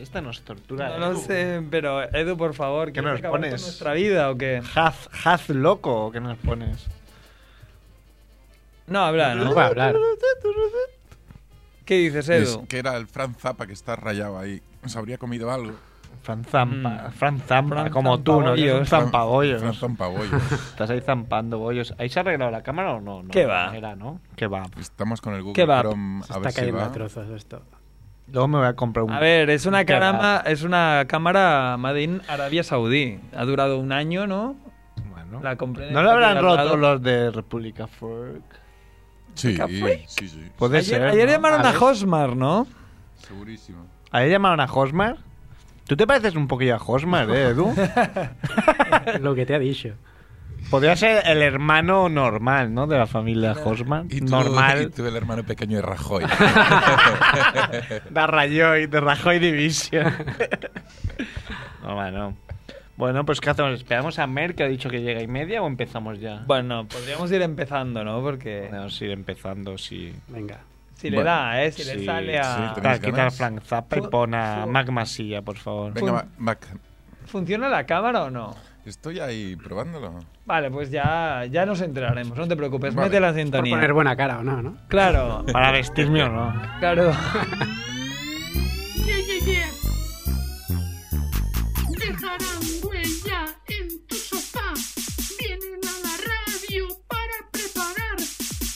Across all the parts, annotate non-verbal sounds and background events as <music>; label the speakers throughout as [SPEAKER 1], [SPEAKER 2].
[SPEAKER 1] esta nos tortura.
[SPEAKER 2] No lo
[SPEAKER 1] Edu.
[SPEAKER 2] sé, pero Edu, por favor, ¿quieres
[SPEAKER 1] nos
[SPEAKER 2] acabar con
[SPEAKER 1] pones?
[SPEAKER 2] nuestra vida o qué?
[SPEAKER 1] Haz, haz loco que nos pones.
[SPEAKER 2] No, habla,
[SPEAKER 3] No
[SPEAKER 2] ¿no?
[SPEAKER 3] puedo hablar.
[SPEAKER 2] ¿Qué dices,
[SPEAKER 4] Es
[SPEAKER 2] Edu?
[SPEAKER 4] que era el Franz Zappa que está rayado ahí. Se habría comido algo.
[SPEAKER 1] Fran Zampa,
[SPEAKER 2] Mm.
[SPEAKER 1] Fran Zampa,
[SPEAKER 2] Fran
[SPEAKER 1] como tú, ¿no? Que es un
[SPEAKER 2] Zampabollos.
[SPEAKER 4] Franz
[SPEAKER 1] zampabollos.
[SPEAKER 4] Zampabollos.
[SPEAKER 1] Estás ahí zampando bollos. ¿Habéis arreglado la cámara o no? No,
[SPEAKER 2] ¿Qué va?
[SPEAKER 1] Era, ¿no? ¿Qué va?
[SPEAKER 4] Estamos con el
[SPEAKER 2] ¿Qué
[SPEAKER 4] Google
[SPEAKER 2] va?
[SPEAKER 4] Chrome
[SPEAKER 3] Se
[SPEAKER 4] a
[SPEAKER 3] está
[SPEAKER 4] ver si
[SPEAKER 3] cayendo
[SPEAKER 4] va.
[SPEAKER 3] a trozos esto.
[SPEAKER 1] Luego me voy a comprar un...
[SPEAKER 2] A ver, es una,
[SPEAKER 1] Qué
[SPEAKER 2] cámara, es una cámara Made in Arabia Saudí. Ha durado un año, ¿no?
[SPEAKER 1] Bueno.
[SPEAKER 2] La compré en
[SPEAKER 1] ¿No lo habrán
[SPEAKER 2] el
[SPEAKER 1] roto
[SPEAKER 2] mercado.
[SPEAKER 1] los de República Fork?
[SPEAKER 4] Sí,
[SPEAKER 2] Freak.
[SPEAKER 4] sí, sí.
[SPEAKER 1] Puede
[SPEAKER 2] ayer
[SPEAKER 1] ser,
[SPEAKER 2] ayer
[SPEAKER 1] ¿no?
[SPEAKER 2] llamaron a
[SPEAKER 1] ver.
[SPEAKER 2] Hosmar, ¿no?
[SPEAKER 4] Segurísimo.
[SPEAKER 1] ¿Ayer llamaron a Hosmar? Tú te pareces un poquillo a Hosmar,
[SPEAKER 2] <laughs>
[SPEAKER 1] ¿eh, Edu?
[SPEAKER 3] Lo que te ha dicho.
[SPEAKER 1] Podría ser el hermano normal, ¿no? De la familia Hosmar.
[SPEAKER 4] Y tú, Y
[SPEAKER 1] Normal.
[SPEAKER 4] tú el hermano pequeño de Rajoy.
[SPEAKER 1] <laughs> De Rajoy, de Rajoy Division. <laughs> no, bueno. Bueno, pues ¿qué hacemos? ¿Esperamos a Mer, que ha dicho que llega y media, o empezamos ya?
[SPEAKER 2] Bueno, podríamos ir empezando, ¿no? Porque
[SPEAKER 1] Podemos ir empezando, sí.
[SPEAKER 3] Venga.
[SPEAKER 2] si le
[SPEAKER 4] Bueno,
[SPEAKER 2] da, ¿eh? Si le
[SPEAKER 1] sí,
[SPEAKER 2] sale a...
[SPEAKER 4] sí,
[SPEAKER 1] Quita,
[SPEAKER 4] ¿Tenéis
[SPEAKER 1] quita
[SPEAKER 4] ganas?
[SPEAKER 1] Frank Zappa y
[SPEAKER 2] Fu-
[SPEAKER 1] pon a
[SPEAKER 2] fu-
[SPEAKER 1] Mac Masilla, por favor.
[SPEAKER 4] Venga,
[SPEAKER 2] Fun-
[SPEAKER 4] Ma- Mac.
[SPEAKER 2] ¿Funciona la cámara o no?
[SPEAKER 4] Estoy ahí probándolo.
[SPEAKER 2] Vale, pues ya, ya nos enteraremos, no te preocupes.
[SPEAKER 4] Vale.
[SPEAKER 2] Mete la
[SPEAKER 3] Por
[SPEAKER 2] sintonía.
[SPEAKER 3] poner buena cara o no, ¿no?
[SPEAKER 2] Claro,
[SPEAKER 1] Para vestirme o Este no.
[SPEAKER 2] claro.
[SPEAKER 5] Yeah, yeah, yeah. Dejarán huella en tu sofá. Vienen a la radio para preparar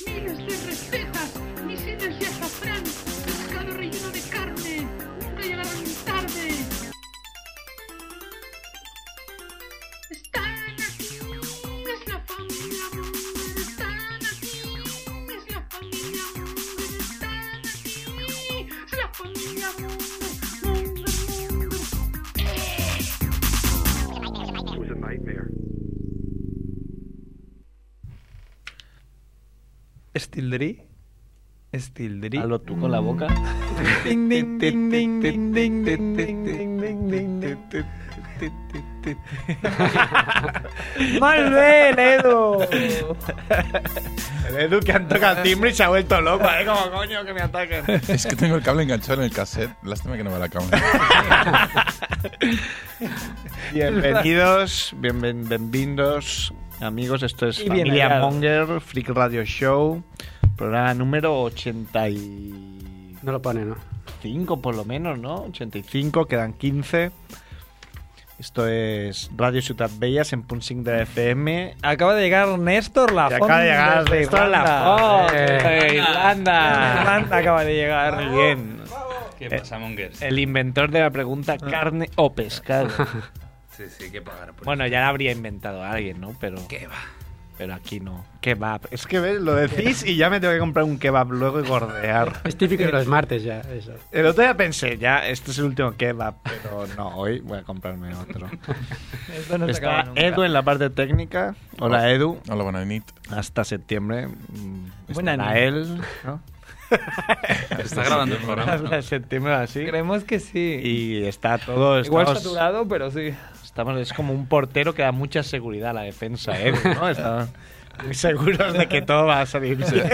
[SPEAKER 5] miles de recetas, misiles de azafrán, pescado relleno de carne. Nunca llegarán tarde. Están aquí, es la familia Munger. Están aquí, es la familia Munger. Están aquí, es la familia Munger. Munger, Munger.
[SPEAKER 2] Stildri. Stildri.
[SPEAKER 1] Halo tú con la boca.
[SPEAKER 2] Mm. <laughs> Ding, ding, ding, ding, ding, ding, ding, ding, ding, ding, ding,
[SPEAKER 1] <laughs>
[SPEAKER 2] ding. Molt bé, Edu.
[SPEAKER 1] El Edu que han tocado el timbre y se ha vuelto loco, ¿eh? Como coño que me ataquen.
[SPEAKER 4] <laughs> Es que tengo el cable enganchado en el cassette. Lástima que no va la cámara.
[SPEAKER 1] Bienvenidos, bienven- bienvenidos, amigos. Esto es
[SPEAKER 2] Y bien
[SPEAKER 1] Familia
[SPEAKER 2] hallados.
[SPEAKER 1] Monger, Freak Radio Show, programa número 85,
[SPEAKER 3] No lo pone, ¿no?
[SPEAKER 1] por lo menos, ¿no? 85, quedan 15. Esto es Radio Ciudad Bellas en Punsing de la FM.
[SPEAKER 2] Acaba de llegar Néstor Lafont.
[SPEAKER 1] Que acaba de llegar
[SPEAKER 2] desde
[SPEAKER 1] Néstor
[SPEAKER 2] Irlanda.
[SPEAKER 1] Lafont,
[SPEAKER 2] Eh,
[SPEAKER 1] de Irlanda.
[SPEAKER 2] Irlanda acaba de llegar.
[SPEAKER 1] Muy bien.
[SPEAKER 6] ¿Qué pasa, Mongers?
[SPEAKER 1] Eh, El inventor de la pregunta carne o pescado.
[SPEAKER 6] Sí, sí, hay que pagar por
[SPEAKER 1] Bueno, ya
[SPEAKER 6] <laughs>
[SPEAKER 1] la habría inventado alguien, ¿no? Pero
[SPEAKER 6] ¿Qué va?
[SPEAKER 1] Pero aquí no. Kebab. Es que ¿ves? lo decís y ya me tengo que comprar un kebab luego y gordear.
[SPEAKER 3] <laughs> Es típico de los martes ya, eso.
[SPEAKER 1] El otro día pensé, ya, este es el último kebab, pero no, hoy voy a comprarme otro.
[SPEAKER 2] Esto no se acaba
[SPEAKER 1] Está
[SPEAKER 2] nunca.
[SPEAKER 1] Edu en la parte técnica. Hola, Edu.
[SPEAKER 4] Hola, buena nit.
[SPEAKER 1] Hasta septiembre. mm,
[SPEAKER 2] Buena
[SPEAKER 1] estará
[SPEAKER 2] nit.
[SPEAKER 1] él, ¿no?
[SPEAKER 6] Está grabando el programa. ¿no?
[SPEAKER 1] Hasta septiembre así.
[SPEAKER 2] Creemos que sí.
[SPEAKER 1] Y está todo.
[SPEAKER 2] Igual
[SPEAKER 1] estamos-
[SPEAKER 2] saturado, pero sí.
[SPEAKER 1] Estamos, es como un portero que da mucha seguridad a la defensa,
[SPEAKER 2] <laughs>
[SPEAKER 1] ¿eh? ¿no? Estamos muy seguros de que todo va a salir bien.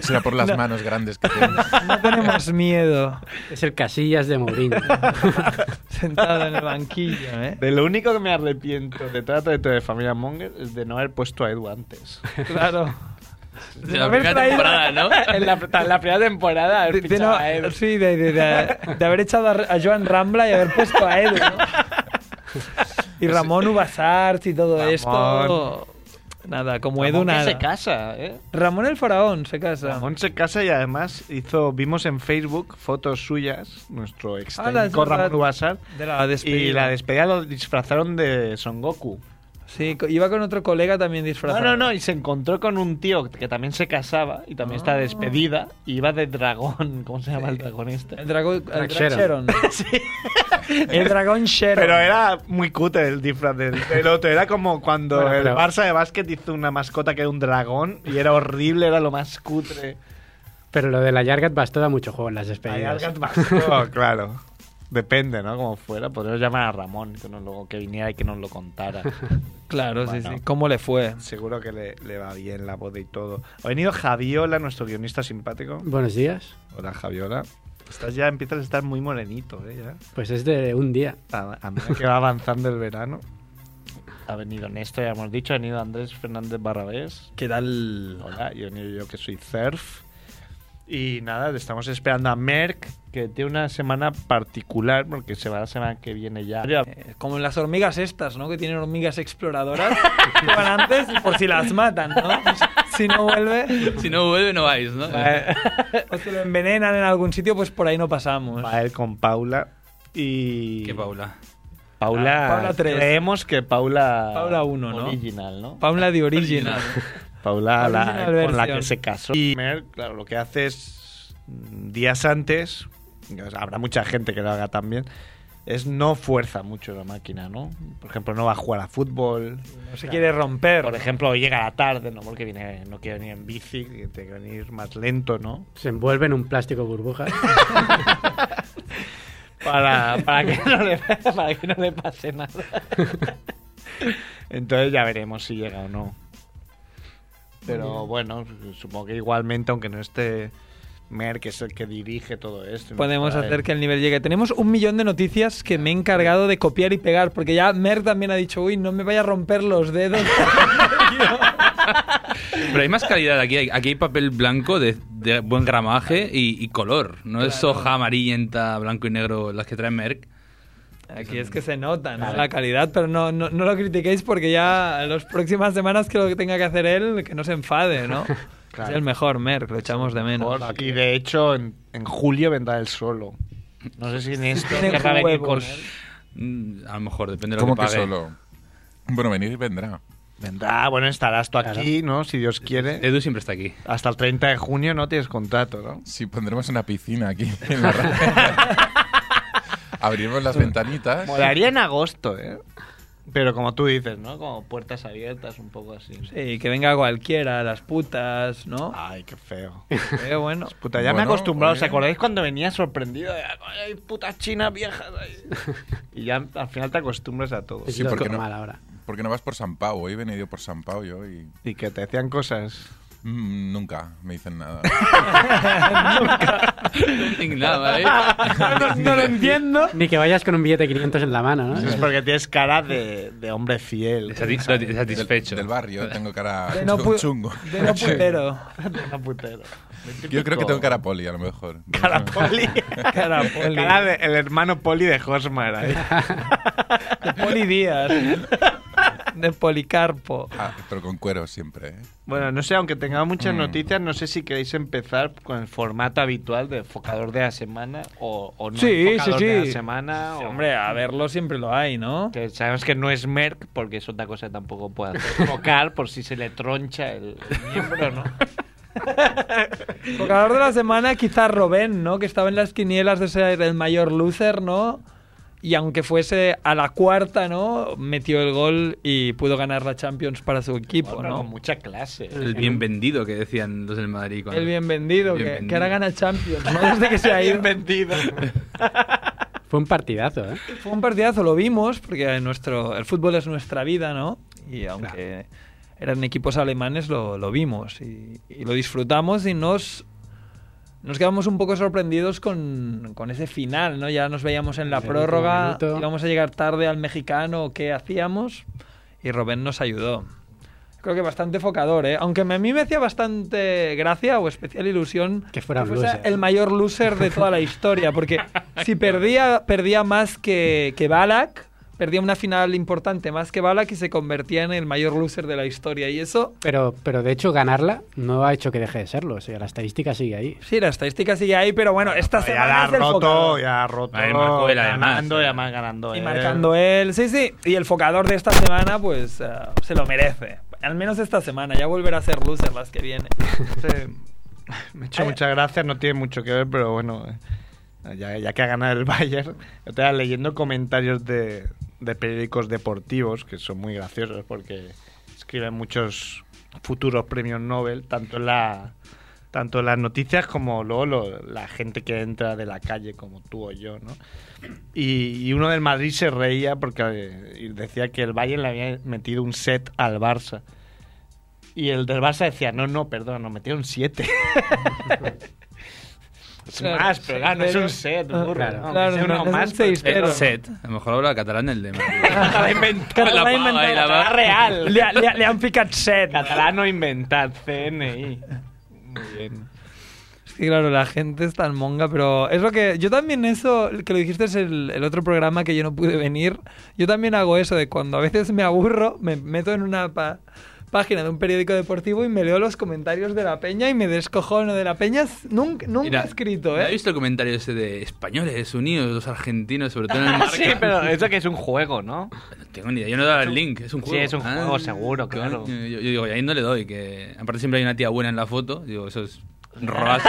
[SPEAKER 4] Será por las manos grandes que tengo.
[SPEAKER 2] No tenemos miedo.
[SPEAKER 3] Es el Casillas de Mourinho.
[SPEAKER 2] <laughs> Sentado en el banquillo, ¿eh?
[SPEAKER 1] De lo único que me arrepiento de trato de, de familia Monger es de no haber puesto a Edu antes.
[SPEAKER 2] Claro.
[SPEAKER 6] De la primera temporada, ¿no?
[SPEAKER 2] <laughs>
[SPEAKER 1] en, la, en la primera temporada haber
[SPEAKER 2] De- de
[SPEAKER 1] fichado
[SPEAKER 2] no-
[SPEAKER 1] a Edu.
[SPEAKER 2] sí, de, de- de- de haber echado a, a Joan Rambla y haber puesto a Edu, ¿no? Y Ramón Ubasart y todo
[SPEAKER 1] Pues Ramón.
[SPEAKER 2] esto. Nada, como Edu,
[SPEAKER 1] Ramón que
[SPEAKER 2] nada.
[SPEAKER 1] se casa, ¿eh?
[SPEAKER 2] Ramón el Faraón se casa.
[SPEAKER 1] Ramón se casa y además hizo, vimos en Facebook fotos suyas, nuestro ex
[SPEAKER 2] Ah, la-
[SPEAKER 1] técnico Ramón Ubasar,
[SPEAKER 2] De la despedida.
[SPEAKER 1] y la despedida lo disfrazaron de Son Goku.
[SPEAKER 2] Sí, co- iba con otro colega también
[SPEAKER 1] No,
[SPEAKER 2] disfrazado.
[SPEAKER 1] no, no, y se encontró con un tío que también se casaba y también
[SPEAKER 3] Ah.
[SPEAKER 1] está despedida y iba de dragón, <laughs> ¿cómo se llama el dragón este?
[SPEAKER 2] El dragón. El drag
[SPEAKER 3] Sharon.
[SPEAKER 2] Sharon.
[SPEAKER 1] <laughs>
[SPEAKER 2] El dragón Sharon.
[SPEAKER 1] Pero era muy cute el disfraz <laughs> del, del otro. Era como cuando
[SPEAKER 3] Bueno,
[SPEAKER 1] el
[SPEAKER 3] pero-
[SPEAKER 1] Barça de básquet hizo una mascota que era un dragón y era horrible, era lo más cutre.
[SPEAKER 3] Pero lo de la Yargat bastó da mucho juego en las
[SPEAKER 1] Ahí
[SPEAKER 3] despedidas.
[SPEAKER 1] Algat Mascó, Oh, claro. Depende, ¿no? Como fuera. Podríamos llamar a Ramón que, nos lo, que viniera y que nos lo <laughs> contara.
[SPEAKER 2] Claro, sí,
[SPEAKER 1] Bueno.
[SPEAKER 2] sí. ¿Cómo le fue?
[SPEAKER 1] Seguro que le, le va bien la boda y todo. Ha venido Javiola, nuestro guionista simpático.
[SPEAKER 3] Buenos días.
[SPEAKER 1] Hola, Javiola. Estás ya empiezas a estar muy morenito, ¿eh? Ya.
[SPEAKER 3] Pues es de un día.
[SPEAKER 1] A, a medida que va avanzando el verano. Ha venido Néstor, ya hemos dicho, ha venido Andrés Fernández Barrabés.
[SPEAKER 7] ¿Qué tal?
[SPEAKER 1] Hola, yo, yo que soy Cerf. Y nada, le estamos esperando a Merck, que tiene una semana particular, porque se va la semana que viene ya.
[SPEAKER 2] Eh, Como en las hormigas estas, ¿no? Que tienen hormigas exploradoras <laughs> que van antes por si las matan, ¿no? Si no vuelve
[SPEAKER 6] Si no vuelve, no vais, ¿no?
[SPEAKER 2] o se Pues lo envenenan en algún sitio, pues por ahí no pasamos.
[SPEAKER 1] Va él con Paula. Y.
[SPEAKER 6] ¿Qué Paula?
[SPEAKER 1] Paula,
[SPEAKER 2] Ah, Paula tres.
[SPEAKER 1] Creemos que Paula.
[SPEAKER 2] Paula uno, ¿no?
[SPEAKER 1] Original, ¿no?
[SPEAKER 2] Paula de original.
[SPEAKER 1] Paula, la-
[SPEAKER 2] Original
[SPEAKER 1] con la
[SPEAKER 2] versión.
[SPEAKER 1] que se casó. Y Merck, claro, lo que hace es mm, días antes, o sea, habrá mucha gente que lo haga también, es no fuerza mucho la máquina, ¿no? Por ejemplo, no va a jugar a fútbol.
[SPEAKER 2] No se quiere romper.
[SPEAKER 1] Por ejemplo, llega a la tarde, ¿no? Porque viene, no quiere venir en bici, que tiene que venir más lento, ¿no?
[SPEAKER 3] Se envuelve en un plástico burbuja.
[SPEAKER 1] <laughs> Para, para, que, <laughs> no
[SPEAKER 6] <laughs>
[SPEAKER 1] le, para que no le pase nada. Entonces ya veremos si llega o no. Pero bueno, supongo que igualmente, aunque no esté Mer, que es el que dirige todo esto. y no
[SPEAKER 2] Podemos
[SPEAKER 1] estará
[SPEAKER 2] hacer
[SPEAKER 1] él.
[SPEAKER 2] que el nivel llegue. Tenemos un millón de noticias que me he encargado de copiar y pegar, porque ya Mer también ha dicho, uy, no me vaya a romper los dedos.
[SPEAKER 6] Pero hay más calidad aquí. hay- Aquí hay papel blanco de, de buen gramaje y, y color. No es hoja amarillenta, blanco y negro las que trae Merck.
[SPEAKER 2] Aquí es que se nota ¿no? la calidad, pero no, no, no lo critiquéis porque ya las próximas semanas que lo que tenga que hacer él, que no se enfade, ¿no?
[SPEAKER 1] Claro.
[SPEAKER 2] Es el mejor, Mer, lo echamos de menos.
[SPEAKER 1] Y de hecho, en, en julio vendrá el solo. No sé si
[SPEAKER 2] <laughs>
[SPEAKER 1] en este
[SPEAKER 2] Tiene
[SPEAKER 1] querrá venir
[SPEAKER 2] huevo,
[SPEAKER 1] con-
[SPEAKER 2] ¿no?
[SPEAKER 6] Mm, A lo mejor, depende de lo
[SPEAKER 4] ¿Cómo
[SPEAKER 6] que
[SPEAKER 4] que
[SPEAKER 6] pague.
[SPEAKER 4] solo? Bueno, venir vendrá.
[SPEAKER 1] Vendrá, bueno, estarás tú aquí, ¿no? Si Dios quiere.
[SPEAKER 6] Edu siempre está aquí.
[SPEAKER 1] Hasta el 30 de junio no tienes contrato, ¿no?
[SPEAKER 4] Sí, pondremos una piscina
[SPEAKER 1] <laughs>
[SPEAKER 4] aquí en la radio. Abriremos las ventanitas.
[SPEAKER 1] Molaría en agosto, ¿eh? <laughs> Pero como tú dices, ¿no? Como puertas abiertas, un poco así.
[SPEAKER 2] Sí, que venga cualquiera, las putas, ¿no?
[SPEAKER 1] Ay, qué feo.
[SPEAKER 2] Pero bueno.
[SPEAKER 1] Puta, ya me he
[SPEAKER 4] Bueno,
[SPEAKER 1] acostumbrado. ¿Os
[SPEAKER 4] oye.
[SPEAKER 1] acordáis cuando venía sorprendido? de, <laughs> "Ay, Hay putas
[SPEAKER 6] <laughs>
[SPEAKER 1] chinas viejas ahí. Y ya al final te acostumbras a todo.
[SPEAKER 3] Es
[SPEAKER 4] Pues Sí,
[SPEAKER 3] lo
[SPEAKER 4] ¿por qué no?
[SPEAKER 3] normal ahora.
[SPEAKER 4] Porque no vas por San Pau, hoy he venido por San Pau yo y
[SPEAKER 1] Y que te decían cosas.
[SPEAKER 4] mm, nunca me dicen
[SPEAKER 1] <laughs>
[SPEAKER 4] nada.
[SPEAKER 6] Indignado, ¿vale?
[SPEAKER 2] No, no lo entiendo.
[SPEAKER 3] Ni que vayas con un billete de 500 en la mano,
[SPEAKER 1] Eso es
[SPEAKER 3] ¿no?
[SPEAKER 1] porque tienes cara de, de hombre fiel.
[SPEAKER 6] Satis-
[SPEAKER 4] Del,
[SPEAKER 6] Satisfecho.
[SPEAKER 4] del barrio, tengo cara
[SPEAKER 2] <laughs> De
[SPEAKER 4] <laughs>
[SPEAKER 2] no,
[SPEAKER 4] chu-
[SPEAKER 2] pu-
[SPEAKER 4] chungo.
[SPEAKER 2] de
[SPEAKER 1] <laughs>
[SPEAKER 2] no putero.
[SPEAKER 1] No, putero.
[SPEAKER 4] Yo creo que tengo cara poli, a lo mejor.
[SPEAKER 1] <laughs>
[SPEAKER 4] <laughs>
[SPEAKER 1] Cara poli.
[SPEAKER 2] Cara poli.
[SPEAKER 1] Cara de- el hermano poli de ¿eh? Hosmer. ahí.
[SPEAKER 2] <laughs> De Poli Díaz. De Policarpo.
[SPEAKER 4] Ah, pero con cuero siempre, ¿eh?
[SPEAKER 1] Bueno, no sé, aunque tengamos muchas
[SPEAKER 4] Mm.
[SPEAKER 1] noticias, no sé si queréis empezar con el formato habitual de focador de la semana o, o no.
[SPEAKER 2] Sí, sí,
[SPEAKER 1] enfocador De la
[SPEAKER 2] sí.
[SPEAKER 1] semana, o-
[SPEAKER 2] Hombre, a verlo siempre lo hay, ¿no?
[SPEAKER 1] Que sabemos que no es Merck, porque es otra cosa que tampoco puede hacer. Focal, por si se le troncha el miembro, ¿no?
[SPEAKER 2] Jugador de la semana, quizás Robén, ¿no? Que estaba en las quinielas de ser el mayor loser, ¿no? Y aunque fuese a la cuarta, ¿no? Metió el gol y pudo ganar la Champions para su equipo,
[SPEAKER 1] Bueno, con
[SPEAKER 2] ¿no?
[SPEAKER 1] mucha clase. ¿eh?
[SPEAKER 6] El bien vendido que decían los del Madrid. cuando-
[SPEAKER 2] El bien vendido,
[SPEAKER 6] Bien
[SPEAKER 2] que,
[SPEAKER 6] vendido.
[SPEAKER 2] que ahora gana Champions, ¿no? Desde que se ha <laughs> ido.
[SPEAKER 1] vendido.
[SPEAKER 3] Fue un partidazo, ¿eh?
[SPEAKER 2] Fue un partidazo, lo vimos, porque nuestro, el fútbol es nuestra vida, ¿no? Y aunque eran equipos alemanes, lo, lo vimos y, y lo disfrutamos y nos, nos quedamos un poco sorprendidos con, con ese final, ¿no? Ya nos veíamos en la
[SPEAKER 3] El último
[SPEAKER 2] prórroga,
[SPEAKER 3] minuto.
[SPEAKER 2] íbamos a llegar tarde al mexicano, ¿qué hacíamos? <laughs> Y Robén nos ayudó. Creo que bastante focador, ¿eh? Aunque a mí me hacía bastante gracia o especial ilusión
[SPEAKER 3] Que fuera un loser.
[SPEAKER 2] el mayor loser de toda la historia,
[SPEAKER 1] <laughs>
[SPEAKER 2] porque si perdía, perdía más que, que Balak, perdía una final importante más que Balak y se convertía en el mayor loser de la historia. Y eso,
[SPEAKER 3] Pero, pero de hecho, ganarla no ha hecho que deje de serlo. O sea, la estadística sigue ahí.
[SPEAKER 2] sí, la estadística sigue ahí, pero bueno, esta
[SPEAKER 1] ya
[SPEAKER 2] semana
[SPEAKER 1] la ha
[SPEAKER 2] es del
[SPEAKER 1] roto,
[SPEAKER 2] focador.
[SPEAKER 1] ya ha roto.
[SPEAKER 6] Ahí marcó él, además.
[SPEAKER 1] ganando y además ganando. eh.
[SPEAKER 2] Y
[SPEAKER 1] él.
[SPEAKER 2] marcando él, sí, sí. Y el focador de esta semana, pues eh, se lo merece. Al menos esta semana, ya volverá a ser loser las que
[SPEAKER 1] <laughs>
[SPEAKER 2] vienen.
[SPEAKER 1] Sí. Me ha hecho muchas gracias, no tiene mucho que ver, pero bueno, eh, ya, ya que ha ganado el <laughs> Bayern, yo estaba leyendo comentarios de, de periódicos deportivos que son muy graciosos porque escriben muchos futuros premios Nobel, tanto en la tanto en las noticias como luego lo- la gente que entra de la calle como tú o yo, ¿no? Y, y uno del Madrid se reía porque eh, y decía que el Bayern le había metido un set al Barça. Y el del Barça decía, no, no, perdón, nos metieron siete. Es
[SPEAKER 2] Claro,
[SPEAKER 1] más, pero claro, no es un set, burro.
[SPEAKER 3] Claro.
[SPEAKER 1] No,
[SPEAKER 2] Claro,
[SPEAKER 1] es uno
[SPEAKER 2] no, no es un
[SPEAKER 1] más,
[SPEAKER 2] seis,
[SPEAKER 1] <laughs> pero-
[SPEAKER 2] pero-
[SPEAKER 6] set. A lo mejor habla catalán el de Madrid.
[SPEAKER 1] Català inventat.
[SPEAKER 6] La
[SPEAKER 2] Català
[SPEAKER 6] paga i
[SPEAKER 2] inventat.
[SPEAKER 6] la
[SPEAKER 1] Català
[SPEAKER 6] va-
[SPEAKER 1] real.
[SPEAKER 2] Ah. Le, ha- le ha- le han picat set.
[SPEAKER 1] Català no inventat, CNI. Muy bien.
[SPEAKER 2] Sí, claro, la gente es tan monga, pero es lo que yo también eso, que lo dijiste es el, el otro programa que yo no pude venir, yo también hago eso de cuando a veces me aburro, me meto en una pa- página de un periódico deportivo y me leo los comentarios de la peña y me descojono de la peña, es- nunca, nunca
[SPEAKER 6] Mira,
[SPEAKER 2] he escrito,
[SPEAKER 6] ¿no ¿Has
[SPEAKER 2] ¿eh?
[SPEAKER 6] visto el comentario ese de españoles unidos, los argentinos, sobre todo en el
[SPEAKER 1] Ah,
[SPEAKER 6] marca?
[SPEAKER 1] <laughs> sí, pero eso que es un juego, ¿no?
[SPEAKER 6] No tengo ni idea, yo no daba el link, es un
[SPEAKER 1] Sí,
[SPEAKER 6] juego. Ah,
[SPEAKER 1] es un juego, seguro, claro.
[SPEAKER 6] Yo, yo digo, y ahí no le doy, que aparte siempre hay una tía buena en la foto, digo, eso es
[SPEAKER 1] <laughs>
[SPEAKER 6] robazo.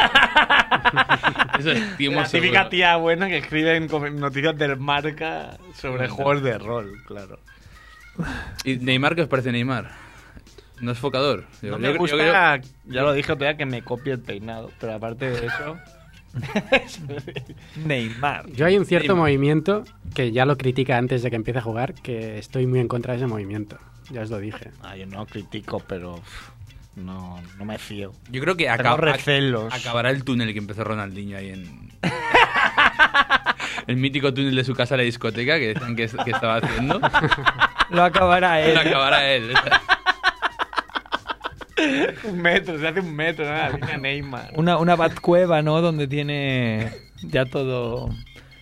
[SPEAKER 6] eso es timo
[SPEAKER 1] La típica
[SPEAKER 6] seguro.
[SPEAKER 1] tía buena que escribe en com- noticias del marca sobre juegos de rol, claro.
[SPEAKER 6] ¿Y Neymar qué os parece Neymar? ¿No es focador? Digo, yo-
[SPEAKER 1] No me
[SPEAKER 6] yo-
[SPEAKER 1] gusta,
[SPEAKER 6] yo-
[SPEAKER 1] ya lo dije todavía, que me copie el peinado, pero aparte de eso... <laughs>
[SPEAKER 2] Neymar.
[SPEAKER 3] Yo hay un cierto
[SPEAKER 6] Dime.
[SPEAKER 3] movimiento que ya lo critica antes de que empiece a jugar, que estoy muy en contra de ese movimiento. Ya os lo dije.
[SPEAKER 1] Ah, yo no critico, pero uf, no, no me fío.
[SPEAKER 6] yo creo que
[SPEAKER 1] Tengo
[SPEAKER 6] acaba-
[SPEAKER 1] recelos.
[SPEAKER 6] acabará el túnel que empezó Ronaldinho ahí en... <laughs> el mítico túnel de su casa a la discoteca que decían que, que estaba
[SPEAKER 1] <laughs>
[SPEAKER 6] haciendo.
[SPEAKER 2] Lo acabará
[SPEAKER 6] <laughs>
[SPEAKER 2] él.
[SPEAKER 6] Lo acabará él.
[SPEAKER 1] <laughs> un metro, se hace un metro, ¿no?
[SPEAKER 6] <laughs>
[SPEAKER 1] La línea Neymar.
[SPEAKER 2] Una, una batcueva, ¿no? Donde tiene ya todo...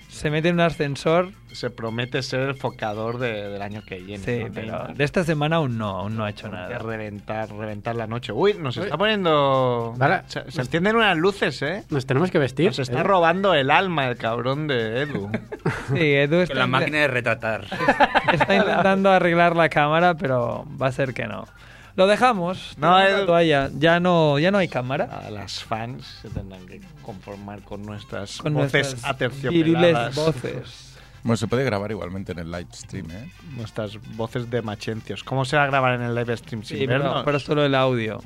[SPEAKER 2] Se mete en un ascensor,
[SPEAKER 1] Se promete ser el focador de- del año que viene.
[SPEAKER 2] sí,
[SPEAKER 1] ¿no?
[SPEAKER 2] pero
[SPEAKER 1] Neymar.
[SPEAKER 2] de esta semana aún no, aún no ha hecho
[SPEAKER 1] Promete
[SPEAKER 2] nada.
[SPEAKER 1] Reventar, reventar la noche. Uy, nos está poniendo.
[SPEAKER 3] Vale.
[SPEAKER 1] Se, se encienden unas luces, ¿eh?
[SPEAKER 3] Nos tenemos que vestir.
[SPEAKER 1] Nos está
[SPEAKER 3] ¿eh?
[SPEAKER 1] robando el alma el cabrón
[SPEAKER 3] <laughs>
[SPEAKER 1] de Edu.
[SPEAKER 2] Sí, Edu está
[SPEAKER 6] Con la
[SPEAKER 2] en-
[SPEAKER 6] máquina de retratar.
[SPEAKER 2] <laughs> Está intentando arreglar la cámara, pero va a ser que no. Lo dejamos.
[SPEAKER 1] No,
[SPEAKER 2] Tenemos la
[SPEAKER 1] el-
[SPEAKER 2] toalla. Ya no, ya no hay cámara.
[SPEAKER 1] A las fans se tendrán que conformar con nuestras
[SPEAKER 2] Con
[SPEAKER 1] voces
[SPEAKER 2] nuestras viriles
[SPEAKER 1] aterciopeladas.
[SPEAKER 2] voces.
[SPEAKER 4] Bueno, se puede grabar igualmente en el live stream, ¿eh?
[SPEAKER 1] Nuestras voces de machencios. ¿Cómo se va a grabar en el live stream sin
[SPEAKER 2] Sí, pero,
[SPEAKER 1] vernos?
[SPEAKER 2] pero solo el audio.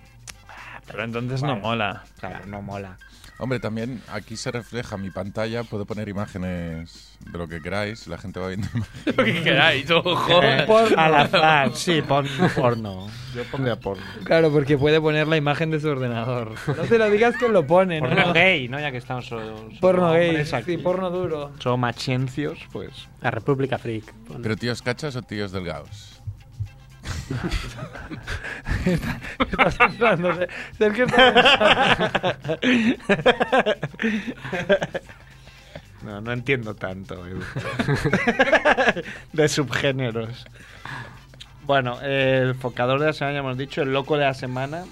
[SPEAKER 2] Ah, Pero entonces no
[SPEAKER 1] Vale.
[SPEAKER 2] mola.
[SPEAKER 1] Claro, no mola.
[SPEAKER 4] Hombre, también aquí se refleja mi pantalla, puedo poner imágenes de lo que queráis, la gente va viendo <laughs> imágenes.
[SPEAKER 6] Lo que queráis,
[SPEAKER 4] <laughs>
[SPEAKER 6] ojo.
[SPEAKER 1] Eh,
[SPEAKER 2] porno.
[SPEAKER 1] Al azar, sí, pon porno. Yo pondría porno.
[SPEAKER 2] Claro, porque puede poner la imagen de su ordenador. No te lo digas que lo pone, ¿no?
[SPEAKER 1] Porno gay, ¿no? Ya que estamos solo. solo
[SPEAKER 2] Porno gay.
[SPEAKER 1] hombres
[SPEAKER 2] Sí,
[SPEAKER 1] aquí.
[SPEAKER 2] porno duro.
[SPEAKER 1] Solo machencios, pues.
[SPEAKER 3] La República Freak. Pon-
[SPEAKER 4] ¿Pero tíos cachas o tíos
[SPEAKER 1] <laughs>
[SPEAKER 4] delgados?
[SPEAKER 2] Estás pensando, Ser- Sergio está pensando.
[SPEAKER 6] <laughs>
[SPEAKER 1] No, no entiendo tanto <laughs> Edu. de subgéneros. Bueno, eh, el focador de la semana ya hemos dicho, el loco de la semana.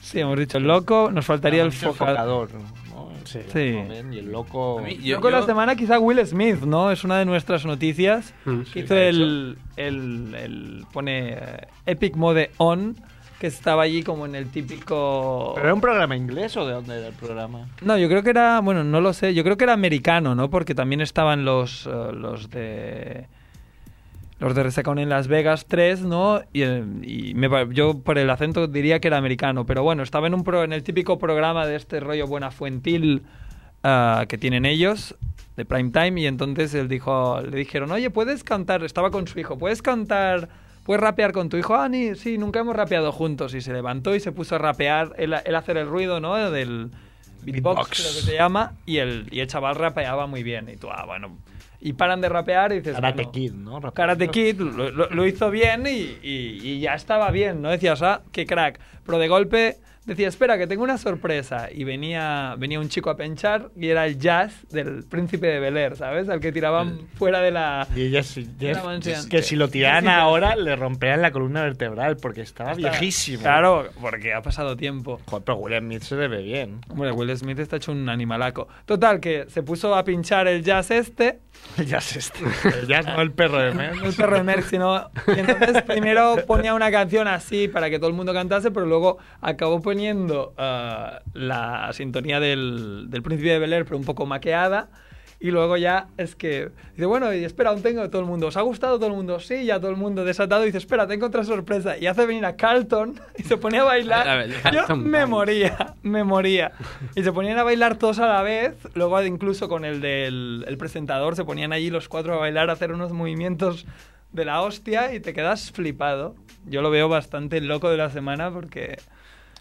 [SPEAKER 2] Sí, hemos dicho el loco. Nos faltaría el
[SPEAKER 1] Hemos dicho
[SPEAKER 2] focal.
[SPEAKER 1] focador. ¿no? El
[SPEAKER 3] Sí.
[SPEAKER 2] Sí.
[SPEAKER 1] joven Y el loco.
[SPEAKER 6] A mí,
[SPEAKER 2] Yo,
[SPEAKER 6] Yo-
[SPEAKER 2] con la
[SPEAKER 6] yo-
[SPEAKER 2] semana quizá Will Smith, ¿no? Es una de nuestras noticias.
[SPEAKER 3] Mm.
[SPEAKER 2] Que hizo
[SPEAKER 1] de
[SPEAKER 2] el, el, el- pone eh, Epic Mode On, que estaba allí como en el típico...
[SPEAKER 1] ¿Pero era un programa inglés o de dónde era el programa?
[SPEAKER 2] No, yo creo que era, bueno, no lo sé, yo creo que era americano, ¿no? Porque también estaban los, eh, los de... Los de Resacón en Las Vegas 3, ¿no? Y, eh, y me pa- yo por el acento diría que era americano, pero bueno, estaba en, un pro- en el típico programa de este rollo buenafuentil ah, que tienen ellos, de prime time, y entonces él dijo, le dijeron, oye, puedes cantar, estaba con su hijo, puedes cantar, puedes rapear con tu hijo, ah, ni, sí, nunca hemos rapeado juntos, y se levantó y se puso a rapear, él, él hacer el ruido, ¿no? Del beatbox,
[SPEAKER 1] Beatbox.
[SPEAKER 2] creo que se llama, y el, y el chaval rapeaba muy bien, y tú, ah, bueno, y paran de rapear y dices,
[SPEAKER 1] Karate
[SPEAKER 2] bueno,
[SPEAKER 1] Kid, ¿no?
[SPEAKER 2] Karate Kid lo, lo- lo hizo bien y, y- y ya estaba bien, ¿no? Decías, ah, qué crack. Pero de golpe decía, espera, que tengo una sorpresa. Y venía, venía un chico a penchar y era el jazz del príncipe de Bel Air, ¿sabes? Al que tiraban fuera de la.
[SPEAKER 1] Y ya si- ya-
[SPEAKER 2] Era mansión.
[SPEAKER 1] que si lo tiraran
[SPEAKER 2] Sí, sí, sí.
[SPEAKER 1] ahora le romperían la columna vertebral porque estaba
[SPEAKER 2] Hasta-
[SPEAKER 1] viejísimo.
[SPEAKER 2] Claro, porque ha pasado tiempo.
[SPEAKER 1] Joder, pero Will Smith se le ve bien.
[SPEAKER 2] Hombre, Will Smith está hecho un animalaco. Total, que se puso a pinchar el jazz este. <laughs>
[SPEAKER 1] ya se está. Ya no Pues el perro de
[SPEAKER 2] No el
[SPEAKER 1] menos.
[SPEAKER 2] perro de Merck, sino. Y entonces primero ponía una canción así para que todo el mundo cantase, pero luego acabó poniendo ah, la sintonía del, del Príncipe de Bel Air, pero un poco maqueada. Y luego ya es que. Dice, bueno, y espera, aún tengo todo el mundo. ¿Os ha gustado todo el mundo? Sí, ya todo el mundo desatado. Y dice, espera, tengo otra sorpresa. Y hace venir a Carlton <laughs> y se pone a
[SPEAKER 6] A
[SPEAKER 2] bailar.
[SPEAKER 6] ver,
[SPEAKER 2] Yo
[SPEAKER 3] Carlton
[SPEAKER 2] me
[SPEAKER 3] Banks.
[SPEAKER 2] moría, me moría. Y se ponían a bailar todos a la vez. Luego, incluso con el del el presentador, se ponían allí los cuatro a bailar, a hacer unos movimientos de la hostia y te quedas flipado. Yo lo veo bastante loco de la semana porque.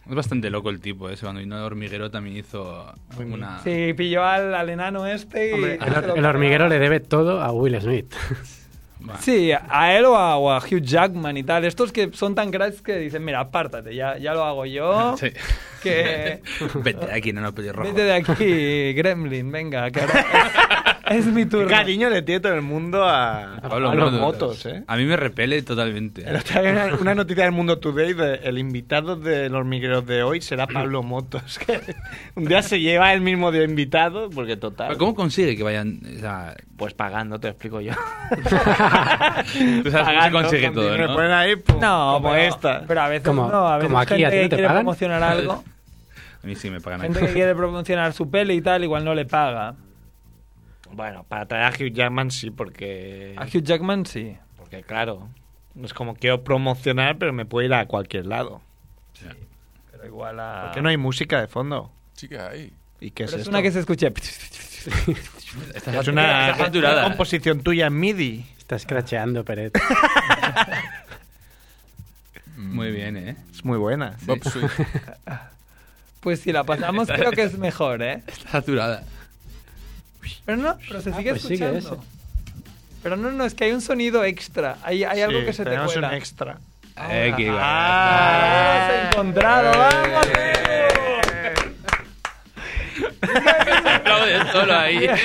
[SPEAKER 6] Es bastante loco el tipo, ese bandolino de hormiguero también hizo una...
[SPEAKER 2] Sí, pilló al, al enano este y...
[SPEAKER 1] Hombre,
[SPEAKER 3] El, hor- el hormiguero le debe todo a Will
[SPEAKER 7] <laughs>
[SPEAKER 3] Smith.
[SPEAKER 6] Bueno,
[SPEAKER 2] Sí, a él o a, o a Hugh Jackman y tal. Estos que son tan cracks que dicen, mira, apártate, ya, ya lo hago yo.
[SPEAKER 6] sí. <laughs>
[SPEAKER 2] Que...
[SPEAKER 6] Vete de aquí, no pues, no pelirrojo.
[SPEAKER 2] Vete de aquí, Gremlin, venga, que ahora es, mi
[SPEAKER 1] Qué
[SPEAKER 2] turno.
[SPEAKER 1] cariño le tiene todo el mundo <laughs> a,
[SPEAKER 6] Pablo,
[SPEAKER 1] a los
[SPEAKER 6] no, no, no.
[SPEAKER 1] motos, ¿eh?
[SPEAKER 6] A mí me repele totalmente.
[SPEAKER 1] El otro día había una, una noticia del Mundo Today de el invitado de los migueros de hoy será Pablo Motos. <laughs> que un día se lleva el mismo de invitado, porque total.
[SPEAKER 6] ¿Cómo consigue que vayan...? o sea,
[SPEAKER 1] Pues pagando, te lo explico
[SPEAKER 6] <laughs>
[SPEAKER 1] yo.
[SPEAKER 6] Tú sabes cómo se consigue todo,
[SPEAKER 1] Me ponen
[SPEAKER 6] ¿no?
[SPEAKER 1] ahí, pum,
[SPEAKER 2] No,
[SPEAKER 1] como
[SPEAKER 2] pero-
[SPEAKER 1] esta.
[SPEAKER 2] Pero a veces
[SPEAKER 3] Como-
[SPEAKER 2] no, a veces
[SPEAKER 3] como aquí,
[SPEAKER 2] gente
[SPEAKER 3] ¿a ti no te
[SPEAKER 2] que quiere
[SPEAKER 3] pagan?
[SPEAKER 1] <laughs>
[SPEAKER 2] promocionar algo,
[SPEAKER 6] A mí sí me pagan
[SPEAKER 2] gente
[SPEAKER 6] aquí.
[SPEAKER 2] que quiere promocionar su peli y tal, igual no le paga.
[SPEAKER 1] Bueno, para traer a Hugh Jackman sí, porque.
[SPEAKER 2] A Hugh Jackman sí.
[SPEAKER 1] Porque claro, no es como quiero promocionar, pero me puedo ir a cualquier lado.
[SPEAKER 6] Sí.
[SPEAKER 2] Pero igual a...
[SPEAKER 1] Porque no hay música de fondo.
[SPEAKER 4] Chica, ahí.
[SPEAKER 1] ¿Y qué
[SPEAKER 2] Pero
[SPEAKER 1] es
[SPEAKER 2] es una que
[SPEAKER 1] esto?
[SPEAKER 2] se
[SPEAKER 1] <laughs>
[SPEAKER 2] escucha.
[SPEAKER 6] Está
[SPEAKER 1] Es una,
[SPEAKER 6] está
[SPEAKER 1] es una
[SPEAKER 6] saturada.
[SPEAKER 1] composición tuya en MIDI.
[SPEAKER 3] Está scratcheando, Peret.
[SPEAKER 6] Muy bien, ¿eh?
[SPEAKER 1] Es <laughs> muy buena.
[SPEAKER 4] Bob Sweet.
[SPEAKER 2] Pues si la <laughs>
[SPEAKER 1] <laughs>
[SPEAKER 2] pasamos creo que es mejor, ¿eh?
[SPEAKER 6] Está saturada.
[SPEAKER 2] Pero no, pero se sigue
[SPEAKER 3] pues sigue
[SPEAKER 2] escuchando. Pero no, no, es que hay un sonido extra. Hay, hay algo
[SPEAKER 1] Sí,
[SPEAKER 2] que se te
[SPEAKER 1] tenemos
[SPEAKER 2] cuela.
[SPEAKER 1] un extra.
[SPEAKER 6] Eh, qué
[SPEAKER 1] Ah.
[SPEAKER 2] ¡Has encontrado! ¡Vamos!
[SPEAKER 6] Aplaude solo ahí.
[SPEAKER 2] <laughs>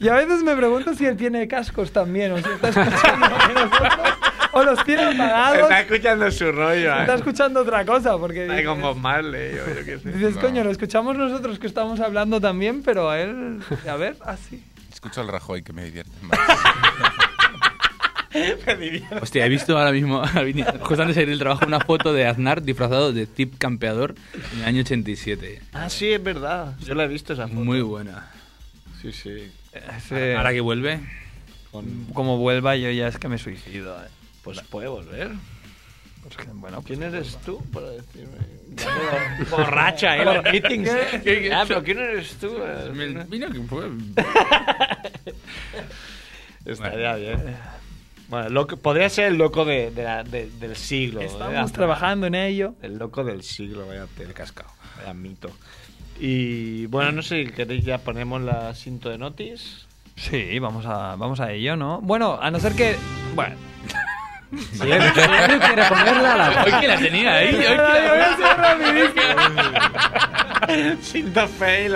[SPEAKER 2] Y a veces me pregunto si él tiene cascos también, o si está escuchando de nosotros, o los tiene apagados,
[SPEAKER 1] Está escuchando su rollo.
[SPEAKER 2] está
[SPEAKER 1] eh.
[SPEAKER 2] escuchando otra cosa, porque
[SPEAKER 1] Está con Bob
[SPEAKER 2] dices,
[SPEAKER 1] Marley, yo, yo qué sé.
[SPEAKER 2] dices,
[SPEAKER 4] No.
[SPEAKER 2] coño, lo escuchamos nosotros que estamos hablando también, pero a él, a ver, así.
[SPEAKER 4] Escucho al Rajoy que me divierte más.
[SPEAKER 6] Hostia, he visto ahora mismo, <laughs> justo antes de ir del trabajo, una foto de Aznar disfrazado de tip campeador en el año 87.
[SPEAKER 1] Ah, sí, es verdad. Yo la he visto esa foto.
[SPEAKER 6] Muy buena.
[SPEAKER 1] Sí, sí.
[SPEAKER 6] Ahora que vuelve,
[SPEAKER 2] como vuelva yo ya es que me suicido. eh.
[SPEAKER 1] Pues puede volver.
[SPEAKER 2] Pues que, bueno, pues-
[SPEAKER 1] ¿Quién eres tú para decirme? Borracha, ¿eh? Los meetings.
[SPEAKER 6] ¿Qué- qué-
[SPEAKER 1] Ah, pero ¿quién eres tú?
[SPEAKER 6] Me- vino que fue-
[SPEAKER 1] <laughs> Estaría bien. Bueno, loco- podría ser el loco de, de la- de- del siglo. ¿eh?
[SPEAKER 2] estamos trabajando en ello.
[SPEAKER 1] El loco del siglo, vaya tele cascado. Vaya mito. Y bueno, no sé, ¿queréis ya ponemos la cinta de notis?
[SPEAKER 2] Sí, vamos a, vamos a ello, ¿no? Bueno, a no ser que... Bueno.
[SPEAKER 3] Si él, si él quiere ponerla, la
[SPEAKER 6] Hoy que la tenía ahí. Hoy que
[SPEAKER 2] Yo voy a
[SPEAKER 6] la
[SPEAKER 2] ser rapidísimo.
[SPEAKER 1] Cinta fail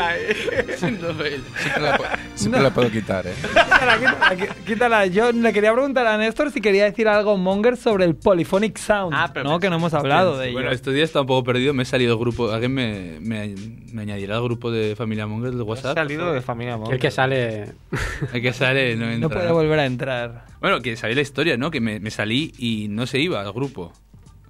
[SPEAKER 4] Siempre la, pu- siempre la
[SPEAKER 2] <laughs>
[SPEAKER 4] puedo quitar, ¿eh?
[SPEAKER 2] Quítala, quítala, qui- quítala. Yo le quería preguntar a Néstor si quería decir algo Monger sobre el Polyphonic Sound.
[SPEAKER 1] Ah,
[SPEAKER 2] <laughs>
[SPEAKER 1] pero
[SPEAKER 2] no,
[SPEAKER 1] me-
[SPEAKER 2] que no hemos hablado de ello.
[SPEAKER 6] Bueno, estos días está un poco perdido. Me he salido del grupo. ¿Alguien me, me, me añadirá al grupo de Familia Monger del
[SPEAKER 1] Has
[SPEAKER 6] WhatsApp?
[SPEAKER 1] salido de familia Monger.
[SPEAKER 3] El que sale.
[SPEAKER 6] El que sale no
[SPEAKER 2] no
[SPEAKER 6] entra.
[SPEAKER 2] puede volver a entrar.
[SPEAKER 6] Bueno, que sabéis la historia, ¿no? Que me, me salí y no se iba al grupo.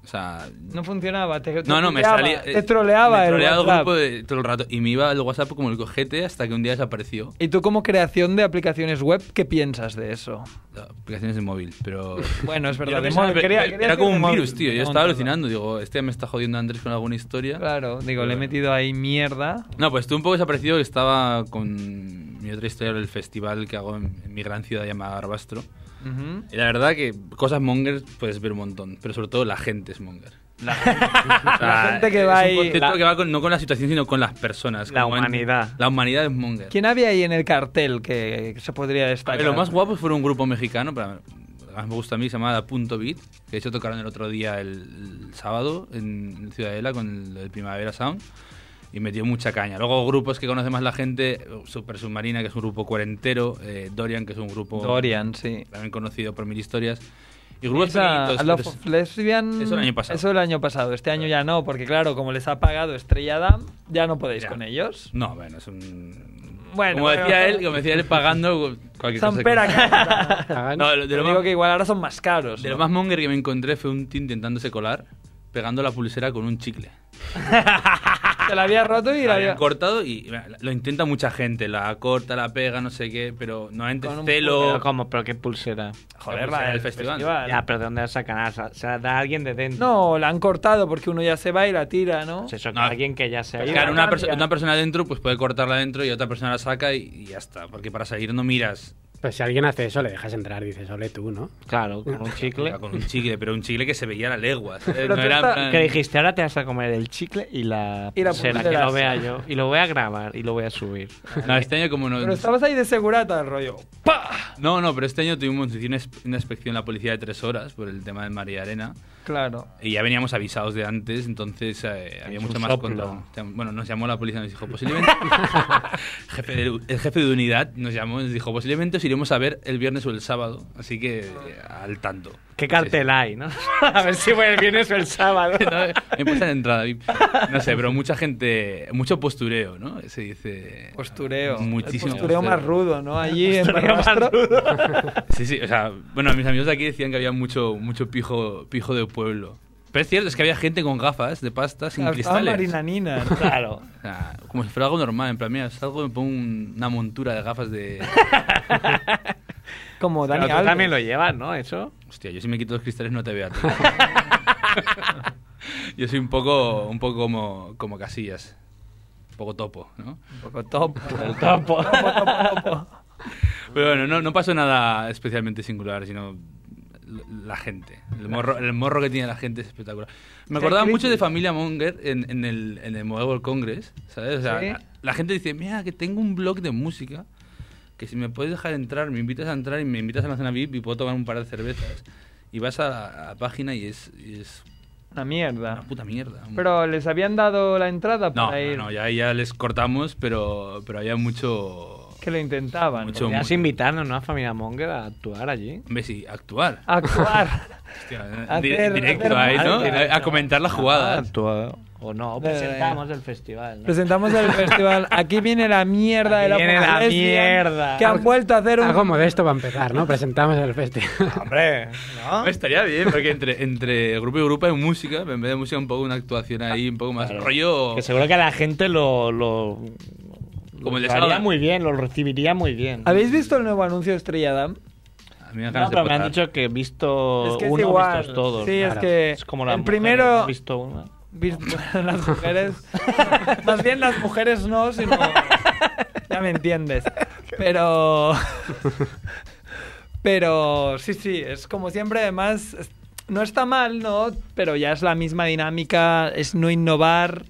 [SPEAKER 6] O sea...
[SPEAKER 2] No funcionaba. Te, te
[SPEAKER 6] No, no, me
[SPEAKER 2] troleaba,
[SPEAKER 6] salía...
[SPEAKER 2] Te troleaba
[SPEAKER 6] me
[SPEAKER 2] el
[SPEAKER 6] troleaba al
[SPEAKER 2] WhatsApp.
[SPEAKER 6] grupo de- todo el rato. Y me iba al WhatsApp como el cojete hasta que un día desapareció.
[SPEAKER 2] ¿Y tú como creación de aplicaciones web, qué piensas de eso?
[SPEAKER 6] Las Aplicaciones de móvil, pero...
[SPEAKER 2] <laughs> Bueno, es
[SPEAKER 6] Yo
[SPEAKER 2] verdad.
[SPEAKER 6] lo
[SPEAKER 2] de
[SPEAKER 6] pensaba,
[SPEAKER 2] móvil.
[SPEAKER 6] pero-
[SPEAKER 2] Quería-
[SPEAKER 6] pero
[SPEAKER 2] quería
[SPEAKER 6] era
[SPEAKER 2] decir
[SPEAKER 6] como
[SPEAKER 2] de
[SPEAKER 6] un
[SPEAKER 2] móvil.
[SPEAKER 6] virus, tío. Yo
[SPEAKER 2] No,
[SPEAKER 6] estaba
[SPEAKER 2] no, no.
[SPEAKER 6] alucinando. Digo, este me está jodiendo Andrés con alguna historia.
[SPEAKER 2] Claro, digo, le he metido ahí mierda.
[SPEAKER 6] No, pues estuve un poco desaparecido. Estaba con mi otra historia del festival que hago en, en mi gran ciudad llamada Arbastro.
[SPEAKER 2] Ujú.
[SPEAKER 6] Y la verdad que cosas monger puedes ver un montón, pero sobre todo la gente es monger. <laughs> O sea,
[SPEAKER 2] La gente que va
[SPEAKER 6] es
[SPEAKER 2] ahí-
[SPEAKER 6] un concepto
[SPEAKER 2] la-
[SPEAKER 6] que va con- no con la situación, sino con las personas.
[SPEAKER 1] La
[SPEAKER 6] como en-
[SPEAKER 1] humanidad.
[SPEAKER 6] la humanidad es monger.
[SPEAKER 2] ¿Quién había ahí en el cartel que se podría
[SPEAKER 6] A
[SPEAKER 2] destacar?
[SPEAKER 6] ver, lo más guapo fue un grupo mexicano, pero lo que más me gusta a mí, se llama Punto Beat, que de hecho tocaron el otro día el, el sábado en Ciudadela con el, el Primavera Sound y metió mucha caña. Luego grupos que conoce más la gente, Super Submarina, que es un grupo cuarentero, eh, Dorian, que es un grupo
[SPEAKER 2] Dorian, sí.
[SPEAKER 6] también conocido por mil historias, y grupos
[SPEAKER 2] Esa,
[SPEAKER 6] pequeñitos,
[SPEAKER 2] Love
[SPEAKER 6] pero es-
[SPEAKER 2] of Lesbian.
[SPEAKER 6] Eso el año pasado.
[SPEAKER 2] Eso el año pasado. Este año ya no, porque claro, como les ha pagado Estrella Damm, ya no podéis
[SPEAKER 6] Ya.
[SPEAKER 2] con ellos.
[SPEAKER 6] No, bueno, es un...
[SPEAKER 2] Bueno,
[SPEAKER 6] como, decía
[SPEAKER 2] bueno.
[SPEAKER 6] él, como decía él, pagando cualquier cosa. que-
[SPEAKER 2] Zampera
[SPEAKER 1] <laughs>
[SPEAKER 2] canta.
[SPEAKER 3] Hagan-
[SPEAKER 6] No, de
[SPEAKER 2] Te
[SPEAKER 6] lo
[SPEAKER 2] digo
[SPEAKER 6] más-
[SPEAKER 2] que igual ahora son más caros.
[SPEAKER 6] De
[SPEAKER 2] ¿no?
[SPEAKER 6] lo más monger que me encontré fue un tío intentándose colar, pegando la pulsera con un
[SPEAKER 2] <laughs>
[SPEAKER 6] chicle.
[SPEAKER 2] Te la había roto y
[SPEAKER 6] La
[SPEAKER 2] la
[SPEAKER 6] habían
[SPEAKER 2] había.
[SPEAKER 6] cortado y bueno, lo intenta mucha gente. La corta, la pega, no sé qué, pero normalmente
[SPEAKER 2] Con un
[SPEAKER 1] Pero
[SPEAKER 6] celo.
[SPEAKER 1] ¿cómo? ¿Pero qué pulsera?
[SPEAKER 2] Joder,
[SPEAKER 6] la pulsera
[SPEAKER 2] va,
[SPEAKER 6] del
[SPEAKER 2] el
[SPEAKER 6] festival.
[SPEAKER 1] Ya, pero ¿de dónde la sacan? Ah, sa- Se la da a alguien de dentro.
[SPEAKER 2] No, la han cortado porque uno ya se va y la tira, ¿no?
[SPEAKER 1] Pues eso, que
[SPEAKER 6] No.
[SPEAKER 1] alguien que ya se ha ido.
[SPEAKER 6] Claro, una,
[SPEAKER 2] cambia.
[SPEAKER 6] perso- una persona dentro pues puede cortarla dentro y otra persona la saca y, y ya está. Porque para salir no miras
[SPEAKER 3] Pero si alguien hace eso, le dejas entrar, dices, ole tú, ¿no?
[SPEAKER 7] Claro, con
[SPEAKER 3] <laughs>
[SPEAKER 7] un chicle.
[SPEAKER 6] Con un chicle, pero un chicle que se veía a la legua. ¿sabes?
[SPEAKER 2] Eh,
[SPEAKER 7] Pero
[SPEAKER 6] No
[SPEAKER 7] tú
[SPEAKER 6] era en
[SPEAKER 7] esta-
[SPEAKER 6] plan-
[SPEAKER 7] que dijiste, ahora te vas a comer el chicle y la
[SPEAKER 2] Y la
[SPEAKER 7] pulsera, que
[SPEAKER 2] pulsera.
[SPEAKER 7] lo vea yo. Y lo voy a grabar y lo voy a subir.
[SPEAKER 6] No, este año como no...
[SPEAKER 2] Pero estabas ahí de segurata, el rollo. ¡Pah!
[SPEAKER 6] No, no, pero este año tuvimos una ins- una inspección en la policía de tres horas por el tema de María Arena.
[SPEAKER 2] Claro.
[SPEAKER 6] Y ya veníamos avisados de antes, entonces eh, había
[SPEAKER 7] Es
[SPEAKER 6] mucho
[SPEAKER 7] un
[SPEAKER 6] más
[SPEAKER 7] soplo.
[SPEAKER 6] control. Bueno, nos llamó la policía y nos dijo,
[SPEAKER 7] <laughs>
[SPEAKER 6] posiblemente... jefe de- el jefe de unidad nos llamó y nos dijo, posiblemente os iremos a ver el viernes o el sábado. Así que eh, al tanto.
[SPEAKER 7] ¿Qué cartel hay, no? <laughs> a ver si voy el viernes o
[SPEAKER 6] <laughs>
[SPEAKER 7] el sábado.
[SPEAKER 6] Me importa la entrada VIP. No sé, pero mucha gente... Mucho postureo, ¿no? Se dice...
[SPEAKER 2] Postureo.
[SPEAKER 6] Muchísimo.
[SPEAKER 2] El postureo Pues, más rudo, ¿no? Allí en Barbastro.
[SPEAKER 6] Sí, sí, o sea, bueno, mis amigos de aquí decían que había mucho, mucho pijo, pijo de pueblo. Pero es cierto, es que había gente con gafas de pasta sin
[SPEAKER 2] Estaba
[SPEAKER 6] cristales.
[SPEAKER 2] Marinanina.
[SPEAKER 7] claro.
[SPEAKER 6] O sea, como si fuera algo normal, en plan, mira, salgo y me pongo un- una montura de gafas de...
[SPEAKER 2] Como
[SPEAKER 7] Pero
[SPEAKER 2] Dani
[SPEAKER 7] tú
[SPEAKER 2] Alves.
[SPEAKER 7] también lo llevas, ¿no? Eso.
[SPEAKER 6] Hostia, yo si me quito los cristales no te veo a
[SPEAKER 7] <laughs>
[SPEAKER 6] ti. yo soy un poco, un poco como, como casillas. Un poco topo, ¿no?
[SPEAKER 2] Un poco top.
[SPEAKER 7] El topo.
[SPEAKER 6] Pero bueno, no, no pasó nada especialmente singular, sino l- la gente. El morro, el morro que tiene la gente es espectacular. Me
[SPEAKER 2] Qué
[SPEAKER 6] acordaba
[SPEAKER 2] creepy.
[SPEAKER 6] mucho de Familia Monger en, en el, en el Mobile World Congress, ¿sabes? O sea,
[SPEAKER 2] Sí.
[SPEAKER 6] la, la gente dice, mira, que tengo un blog de música, que si me puedes dejar entrar, me invitas a entrar y me invitas a la cena VIP y puedo tomar un par de cervezas. Y vas a la, a la página y es, y es
[SPEAKER 2] Una mierda.
[SPEAKER 6] una puta mierda.
[SPEAKER 2] Pero les habían dado la entrada
[SPEAKER 6] no,
[SPEAKER 2] para
[SPEAKER 6] no,
[SPEAKER 2] ir.
[SPEAKER 6] no, ya, ya les cortamos, pero, pero había mucho...
[SPEAKER 2] Que lo intentaban.
[SPEAKER 6] Mucho.
[SPEAKER 7] Podrías invitarnos, ¿no? A Familia Monger a actuar allí.
[SPEAKER 6] Hombre, sí, actuar.
[SPEAKER 2] Actuar.
[SPEAKER 6] Hostia, eh, di-
[SPEAKER 2] Hacer- hacer
[SPEAKER 6] directo ahí, ¿no?
[SPEAKER 2] mal,
[SPEAKER 6] A- A comentar las
[SPEAKER 1] Ah,
[SPEAKER 6] jugadas.
[SPEAKER 7] Actuar. O no,
[SPEAKER 2] Ya, ya, ya.
[SPEAKER 7] presentamos el festival. ¿no?
[SPEAKER 2] Presentamos
[SPEAKER 6] <laughs>
[SPEAKER 3] <laughs>
[SPEAKER 2] el festival. Aquí viene la mierda de la
[SPEAKER 7] Viene la
[SPEAKER 2] lesbian,
[SPEAKER 7] mierda.
[SPEAKER 2] Que han vuelto a hacer un.
[SPEAKER 3] Algo modesto para empezar, ¿no? Presentamos el festival.
[SPEAKER 1] Hombre,
[SPEAKER 6] <laughs>
[SPEAKER 1] ¿no?
[SPEAKER 6] Estaría bien, porque entre, entre grupo y grupo hay música, en vez de música un poco una actuación ahí, un poco más rollo...
[SPEAKER 7] Que seguro que la gente lo. lo
[SPEAKER 6] Como el de
[SPEAKER 7] lo haría
[SPEAKER 6] Sábado.
[SPEAKER 7] muy bien, lo recibiría muy bien.
[SPEAKER 2] ¿Habéis visto el nuevo anuncio de Estrella Damm?
[SPEAKER 6] A mí me dan
[SPEAKER 7] No,
[SPEAKER 6] ganas de
[SPEAKER 7] pero me han
[SPEAKER 6] potar.
[SPEAKER 7] dicho que visto
[SPEAKER 2] Es que es
[SPEAKER 7] uno,
[SPEAKER 2] igual.
[SPEAKER 7] vistos todos.
[SPEAKER 2] Sí, es
[SPEAKER 7] Claro.
[SPEAKER 2] que
[SPEAKER 7] Es como la
[SPEAKER 2] el
[SPEAKER 7] mujer,
[SPEAKER 2] primero-
[SPEAKER 7] ¿no? visto uno.
[SPEAKER 2] Visto <laughs> las mujeres. Más bien las mujeres no,
[SPEAKER 7] <laughs>
[SPEAKER 2] sino. Ya me entiendes. Pero. Pero sí, sí, es como siempre, además. es- No está mal, ¿no? Pero ya es la misma dinámica, es no innovar.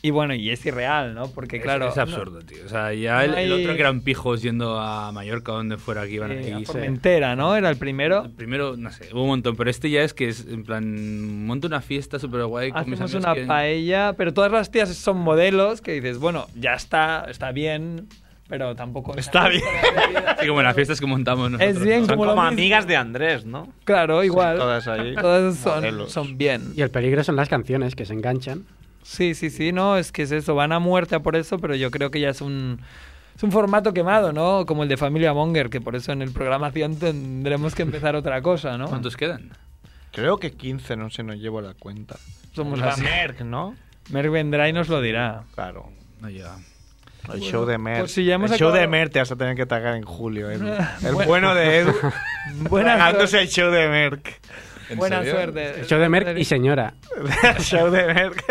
[SPEAKER 2] Y bueno, y es irreal, ¿no? Porque
[SPEAKER 6] Es-
[SPEAKER 2] claro.
[SPEAKER 6] Es,
[SPEAKER 2] no-
[SPEAKER 6] absurdo, tío. O sea, ya el,
[SPEAKER 2] No
[SPEAKER 6] el
[SPEAKER 2] hay-
[SPEAKER 6] otro que eran pijos yendo a Mallorca o donde fuera que iban
[SPEAKER 2] eh,
[SPEAKER 6] a
[SPEAKER 2] a
[SPEAKER 6] ir.
[SPEAKER 2] Formentera, ¿no? Era el primero.
[SPEAKER 6] El Primero, no sé, hubo un montón, pero este ya es que es en plan, monto una fiesta súper guay con mis
[SPEAKER 2] Hacemos
[SPEAKER 6] amigos
[SPEAKER 2] una
[SPEAKER 6] que-
[SPEAKER 2] paella, pero todas las tías son modelos que dices, bueno, ya está, está bien, pero tampoco
[SPEAKER 7] Está bien.
[SPEAKER 6] <laughs> Sí, como las fiestas que montamos nosotros.
[SPEAKER 2] Es bien
[SPEAKER 7] Son
[SPEAKER 2] como, lo
[SPEAKER 7] como,
[SPEAKER 2] mismo.
[SPEAKER 7] amigas de Andrés, ¿no?
[SPEAKER 2] Claro, <laughs> igual.
[SPEAKER 1] todas
[SPEAKER 2] <laughs>
[SPEAKER 1] ahí,
[SPEAKER 2] Todas son,
[SPEAKER 1] modelos.
[SPEAKER 2] son bien.
[SPEAKER 3] Y el peligro son las canciones que se enganchan.
[SPEAKER 2] Sí, sí, sí, no, es que es eso, van a muerte a por eso, pero yo creo que ya es un es un formato quemado, ¿no? Como el de Familia Monger, que por eso en el programación tendremos que empezar otra cosa, ¿no?
[SPEAKER 6] ¿Cuántos quedan?
[SPEAKER 1] Creo que 15, no sé, no llevo la cuenta.
[SPEAKER 2] somos
[SPEAKER 6] Pues
[SPEAKER 7] La
[SPEAKER 2] así.
[SPEAKER 7] Merck, ¿no?
[SPEAKER 2] Merck vendrá y nos lo dirá.
[SPEAKER 1] Claro.
[SPEAKER 6] No llega.
[SPEAKER 1] El show de Mer.
[SPEAKER 2] pues si ya hemos
[SPEAKER 1] el show
[SPEAKER 2] acabado-
[SPEAKER 1] de Mer te vas a tener que tagar en
[SPEAKER 2] <laughs>
[SPEAKER 1] julio, Edu. El
[SPEAKER 2] Bueno.
[SPEAKER 1] bueno de Edu.
[SPEAKER 2] <laughs> Buena
[SPEAKER 1] Tragándose
[SPEAKER 2] suerte.
[SPEAKER 1] el show de Merck.
[SPEAKER 4] ¿En
[SPEAKER 2] Buena
[SPEAKER 4] serio?
[SPEAKER 2] suerte.
[SPEAKER 3] El show de Merck y señora.
[SPEAKER 1] El show <laughs> de Merck.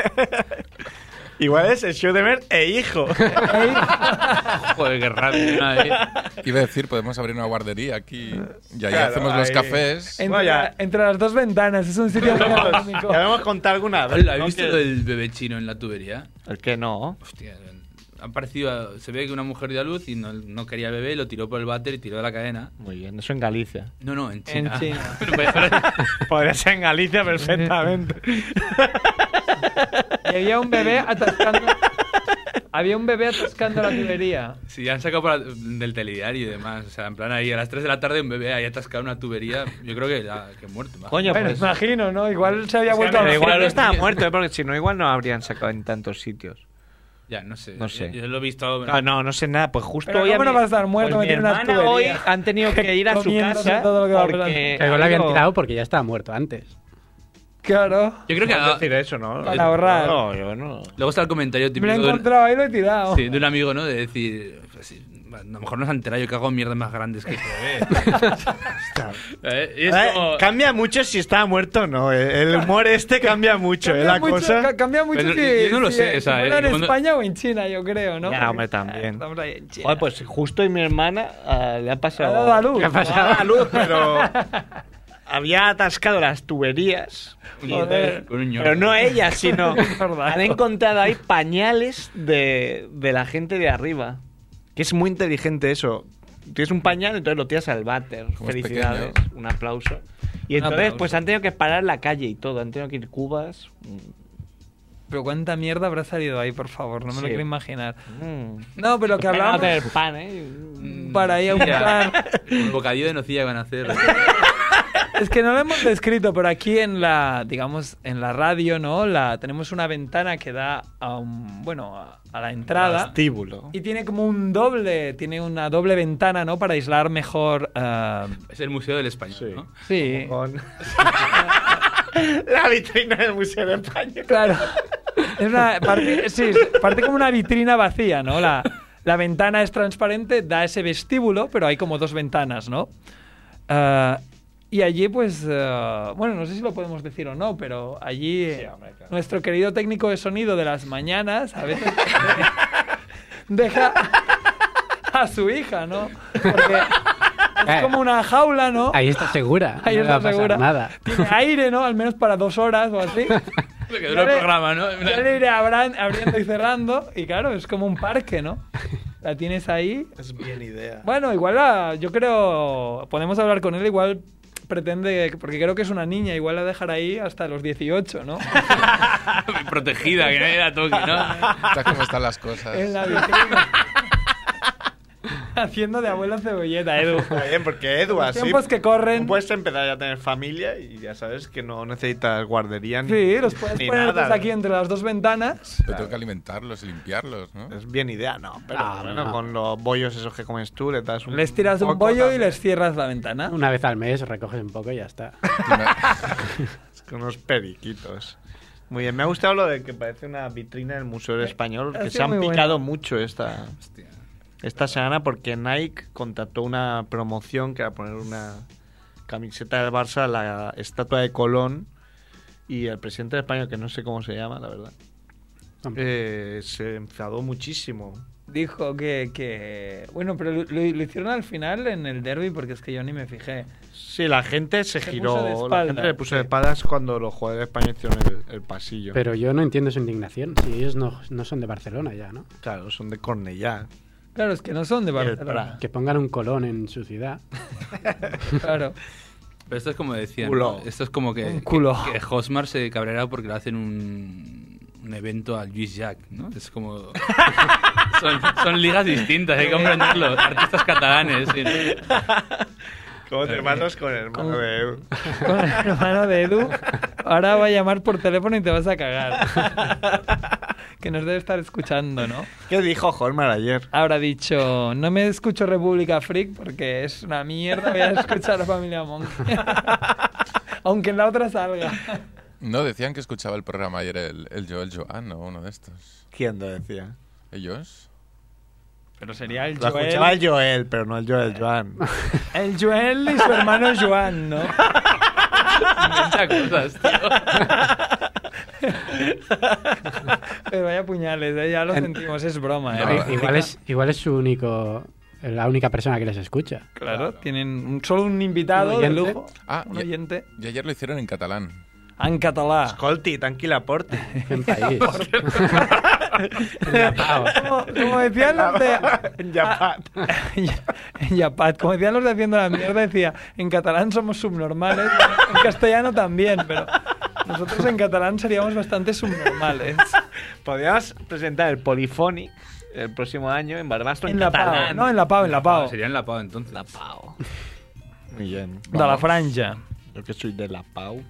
[SPEAKER 1] <laughs> Igual es el show de Merck e hijo.
[SPEAKER 6] Joder, qué rápido. nada, eh.
[SPEAKER 4] Iba a decir, podemos abrir una guardería aquí y ahí
[SPEAKER 1] Claro,
[SPEAKER 4] hacemos los
[SPEAKER 1] ahí.
[SPEAKER 4] cafés.
[SPEAKER 2] Entre,
[SPEAKER 1] Vaya.
[SPEAKER 2] entre las dos ventanas, es un sitio gastronómico.
[SPEAKER 1] <laughs> Ya hemos contado alguna vez.
[SPEAKER 6] Hola, ¿Has
[SPEAKER 1] ¿no?
[SPEAKER 6] visto
[SPEAKER 1] Que-
[SPEAKER 6] el bebé chino en la tubería?
[SPEAKER 7] El que no.
[SPEAKER 6] Hostia, ha parecido, a- se ve que una mujer dio a luz y no, no quería bebé, lo tiró por el váter y tiró de la cadena.
[SPEAKER 7] Muy bien, eso en Galicia.
[SPEAKER 6] No, no, en China.
[SPEAKER 2] En China.
[SPEAKER 6] Pero parece-
[SPEAKER 1] Podría ser en Galicia perfectamente.
[SPEAKER 2] Y había un bebé atascando. había un bebé atascando la tubería.
[SPEAKER 6] sí, han sacado para- del telediario y demás. O sea, en plan ahí a las 3 de la tarde un bebé ahí atascado en una tubería. Yo creo que, la- que muerto. imagino.
[SPEAKER 7] Coño,
[SPEAKER 2] Bueno,
[SPEAKER 7] pues.
[SPEAKER 2] imagino, ¿no? Igual se había
[SPEAKER 7] es que
[SPEAKER 2] vuelto
[SPEAKER 7] me da
[SPEAKER 2] a
[SPEAKER 7] igual no
[SPEAKER 2] los
[SPEAKER 7] estaba muerto, ¿eh? porque si no, igual no habrían sacado en tantos sitios.
[SPEAKER 6] Ya, no sé.
[SPEAKER 7] No sé.
[SPEAKER 6] Yo, yo lo he visto.
[SPEAKER 1] Ah,
[SPEAKER 7] No, no, no sé nada. Pues justo
[SPEAKER 2] Pero
[SPEAKER 7] hoy.
[SPEAKER 2] ¿cómo
[SPEAKER 7] a mí-
[SPEAKER 2] no va a estar muerto?
[SPEAKER 7] Pues mi
[SPEAKER 2] Tiene unas
[SPEAKER 7] hermana hoy
[SPEAKER 2] tuberías.
[SPEAKER 7] han tenido que ir a su
[SPEAKER 2] Comiéndose
[SPEAKER 7] casa.
[SPEAKER 2] todo lo que va
[SPEAKER 7] porque
[SPEAKER 2] pasando.
[SPEAKER 3] Que igual lo habían
[SPEAKER 7] Eh, algo-
[SPEAKER 3] tirado porque ya estaba muerto antes.
[SPEAKER 2] Claro.
[SPEAKER 6] Yo creo que
[SPEAKER 1] Puedes
[SPEAKER 6] ah,
[SPEAKER 1] decir eso, ¿no?
[SPEAKER 2] Para ahorrar.
[SPEAKER 7] No, yo no.
[SPEAKER 6] luego está el comentario
[SPEAKER 2] Me
[SPEAKER 6] típico
[SPEAKER 2] lo he
[SPEAKER 6] de un-
[SPEAKER 2] encontrado ahí y lo he tirado.
[SPEAKER 6] sí, de un amigo, ¿no? De decir, pues, sí, a lo mejor no se han enterado yo que hago mierdas más grandes que este bebé. <laughs> ¿Eh? Y es
[SPEAKER 1] Eh,
[SPEAKER 6] como-
[SPEAKER 1] Cambia mucho si está muerto o no. eh. El humor este cambia mucho, eh, la
[SPEAKER 2] mucho,
[SPEAKER 1] cosa.
[SPEAKER 2] ca- cambia mucho
[SPEAKER 6] Pero
[SPEAKER 2] si-
[SPEAKER 6] yo no lo
[SPEAKER 2] si-
[SPEAKER 6] sé,
[SPEAKER 2] si
[SPEAKER 6] o sea,
[SPEAKER 2] fuera en
[SPEAKER 6] eh, cuando-
[SPEAKER 2] España o en China, yo creo, ¿no?
[SPEAKER 7] Ya,
[SPEAKER 2] Porque,
[SPEAKER 7] hombre, también.
[SPEAKER 2] eh, Estamos ahí en China.
[SPEAKER 7] Joder, pues justo y mi hermana ah, le ha
[SPEAKER 2] Ha
[SPEAKER 7] pasado.
[SPEAKER 2] dado a luz.
[SPEAKER 3] ¿Qué ha pasado?
[SPEAKER 1] Ah,
[SPEAKER 7] <laughs>
[SPEAKER 1] luz, pero había atascado las tuberías.
[SPEAKER 6] Un-
[SPEAKER 2] Joder.
[SPEAKER 6] un ñorro.
[SPEAKER 7] Pero no ella, sino.
[SPEAKER 2] <laughs> Es verdad.
[SPEAKER 7] han encontrado ahí pañales de, de la gente de arriba.
[SPEAKER 1] Que es muy inteligente eso. Tienes un pañal, entonces lo tiras al váter.
[SPEAKER 4] Como es
[SPEAKER 7] Felicidades,
[SPEAKER 4] pequeño.
[SPEAKER 7] un aplauso. Y
[SPEAKER 2] Un
[SPEAKER 7] entonces,
[SPEAKER 2] aplauso.
[SPEAKER 7] pues han tenido que parar la calle y todo. Han tenido que ir cubas.
[SPEAKER 2] Pero cuánta mierda habrá salido ahí, por favor, no me lo
[SPEAKER 7] Sí.
[SPEAKER 2] quiero imaginar.
[SPEAKER 7] Mm.
[SPEAKER 2] No, pero lo que hablábamos... Mm,
[SPEAKER 7] Van a tener pan, ¿eh?
[SPEAKER 6] <laughs>
[SPEAKER 2] Para ir a buscar...
[SPEAKER 6] Un bocadillo de nocilla van a
[SPEAKER 7] <laughs>
[SPEAKER 6] hacer.
[SPEAKER 2] Es que no lo hemos descrito, pero aquí en la, digamos, en la radio, ¿no? La, tenemos una ventana que da a un, bueno, a, a la entrada.
[SPEAKER 1] Vestíbulo.
[SPEAKER 7] <laughs>
[SPEAKER 2] Y tiene como un doble, tiene una doble ventana, ¿no? Para aislar mejor. ah,
[SPEAKER 6] Es el Museo del Español,
[SPEAKER 1] Sí.
[SPEAKER 6] ¿no?
[SPEAKER 2] sí.
[SPEAKER 1] Con- la vitrina del Museo de España.
[SPEAKER 7] <laughs>
[SPEAKER 2] Claro. Es una parte, sí, es- parte como una vitrina vacía, ¿no? La, la ventana es transparente, da ese vestíbulo, pero hay como dos ventanas, ¿no? Ah, y allí, pues, ah, bueno, no sé si lo podemos decir o no, pero allí eh, nuestro querido técnico de sonido de las mañanas a veces deja a su hija, ¿no? Porque es como una jaula, ¿no?
[SPEAKER 3] Eh, Ahí está segura.
[SPEAKER 2] <laughs> Ahí
[SPEAKER 3] no le va
[SPEAKER 2] está
[SPEAKER 3] a pasar
[SPEAKER 2] segura.
[SPEAKER 3] nada.
[SPEAKER 2] Tiene aire, ¿no? Al menos para dos horas
[SPEAKER 3] <laughs>
[SPEAKER 2] o así.
[SPEAKER 6] Lo que dura el programa, ¿no?
[SPEAKER 2] Yo le iré abran- abriendo y cerrando. Y claro, es como un
[SPEAKER 3] <laughs>
[SPEAKER 2] parque, ¿no? La tienes ahí.
[SPEAKER 1] Es bien idea.
[SPEAKER 2] Bueno, igual la- yo creo. Podemos hablar con él, igual pretende. Porque creo que es una niña, igual la dejará ahí hasta los 18, ¿no?
[SPEAKER 6] Protegida, que nadie la toque, ¿no?
[SPEAKER 4] Ya cómo están las cosas.
[SPEAKER 2] en
[SPEAKER 3] <laughs>
[SPEAKER 2] la vitrina. Haciendo de abuela cebolleta, Edu.
[SPEAKER 1] Está bien, porque Edu,
[SPEAKER 2] Los
[SPEAKER 1] así.
[SPEAKER 2] tiempos que corren.
[SPEAKER 1] Puedes empezar ya a tener familia y ya sabes que no necesitas guardería ni.
[SPEAKER 2] Sí, los puedes
[SPEAKER 1] ni
[SPEAKER 2] poner
[SPEAKER 1] nada.
[SPEAKER 2] desde aquí entre las dos ventanas.
[SPEAKER 4] Pero tengo que alimentarlos y limpiarlos, ¿no?
[SPEAKER 1] Es bien idea, no. Pero
[SPEAKER 3] Ah,
[SPEAKER 1] bueno,
[SPEAKER 3] no.
[SPEAKER 1] con los bollos esos que comes tú, le das un.
[SPEAKER 2] Les tiras un
[SPEAKER 1] poco
[SPEAKER 2] bollo y
[SPEAKER 1] también.
[SPEAKER 2] les cierras la ventana.
[SPEAKER 3] Una vez al mes recoges un poco y ya está.
[SPEAKER 1] <laughs> Con unos periquitos. Muy bien, me ha gustado lo de que parece una vitrina del Museo del Español,
[SPEAKER 2] Eh, ha
[SPEAKER 1] que se
[SPEAKER 2] sido
[SPEAKER 1] han
[SPEAKER 2] muy
[SPEAKER 1] picado mucho esta, esta semana porque Nike contrató una promoción que era poner una camiseta del Barça, la estatua de Colón y el presidente de España, que no sé cómo se llama, la verdad,
[SPEAKER 3] Hombre,
[SPEAKER 1] eh, se enfadó muchísimo.
[SPEAKER 2] Dijo que, que- Bueno, pero lo, lo- lo hicieron al final en el derby porque es que yo ni me fijé.
[SPEAKER 1] Sí, la gente se,
[SPEAKER 2] Se
[SPEAKER 1] giró,
[SPEAKER 2] puso de
[SPEAKER 1] la
[SPEAKER 2] espaldas,
[SPEAKER 1] gente le puso de
[SPEAKER 2] sí.
[SPEAKER 1] espadas cuando los jugadores españoles hicieron el, el pasillo.
[SPEAKER 3] Pero yo no entiendo su indignación. Si ellos no, no son de Barcelona ya, ¿no?
[SPEAKER 1] claro, son de Cornellá.
[SPEAKER 2] Claro, es que no son de
[SPEAKER 1] el
[SPEAKER 2] Barcelona.
[SPEAKER 3] Que pongan un colón en su ciudad.
[SPEAKER 2] <laughs> Claro.
[SPEAKER 6] Pero esto es como decían.
[SPEAKER 1] Culo.
[SPEAKER 6] ¿no? Esto es como que,
[SPEAKER 2] Un culo.
[SPEAKER 6] que, que Hosmar se cabreará porque le hacen un, un evento al Luis Jack, ¿no? Es como. <laughs> son, son ligas distintas, hay que comprenderlo. Artistas catalanes. ¿sí?
[SPEAKER 1] Como
[SPEAKER 2] Eh,
[SPEAKER 1] hermanos con hermano
[SPEAKER 2] Como-
[SPEAKER 1] de Edu.
[SPEAKER 2] <laughs> Con el hermano de Edu. Ahora va a llamar por teléfono y te vas a cagar. <laughs> Que nos debe estar escuchando, ¿no?
[SPEAKER 1] ¿Qué dijo Holmar ayer?
[SPEAKER 2] Habrá dicho, no me escucho República Freak porque es una mierda, voy a escuchar a la familia Monk. <laughs> Aunque en la otra salga.
[SPEAKER 4] No, decían que escuchaba el programa ayer el, el Joel Joan o uno de estos.
[SPEAKER 1] ¿Quién lo decía?
[SPEAKER 4] ¿Ellos?
[SPEAKER 2] Pero sería el
[SPEAKER 1] Lo escuchaba
[SPEAKER 2] Joel. Eh.
[SPEAKER 1] el Joel, pero no el Joel Joan.
[SPEAKER 2] El Joel y su hermano Joan, ¿no?
[SPEAKER 6] Inventa cosas, tío.
[SPEAKER 2] Pero vaya puñales, ¿eh? ya lo sentimos, es
[SPEAKER 1] Ah,
[SPEAKER 2] broma. ¿eh?
[SPEAKER 4] No,
[SPEAKER 2] Rick,
[SPEAKER 4] vale.
[SPEAKER 3] Igual es, igual es su único. La única persona que les escucha.
[SPEAKER 2] claro, tienen un- solo un invitado
[SPEAKER 3] Un
[SPEAKER 2] de
[SPEAKER 3] oyente.
[SPEAKER 2] lujo,
[SPEAKER 4] Ah,
[SPEAKER 2] un
[SPEAKER 4] ya-
[SPEAKER 2] oyente. Ah,
[SPEAKER 4] Y ayer lo hicieron en catalán.
[SPEAKER 2] En catalá.
[SPEAKER 1] Colti, tranquila,
[SPEAKER 2] <laughs>
[SPEAKER 1] Porti.
[SPEAKER 3] En país.
[SPEAKER 2] <laughs> Como, como decían los de... <laughs>
[SPEAKER 1] Yapat.
[SPEAKER 2] En Yapat, como decían los de Haciendo la Mierda, decía, en catalán somos subnormales, en castellano también, pero nosotros en catalán seríamos <laughs> bastante subnormales.
[SPEAKER 1] <laughs> Podríamos presentar el Polifonic el próximo año en Barbastro en,
[SPEAKER 2] En la Pau,
[SPEAKER 1] catalán.
[SPEAKER 2] no, en la Pau, en la Pau.
[SPEAKER 6] Sería en la Pau entonces.
[SPEAKER 7] Pau.
[SPEAKER 1] Muy bien.
[SPEAKER 2] De la franja.
[SPEAKER 1] Yo que soy de la Pau.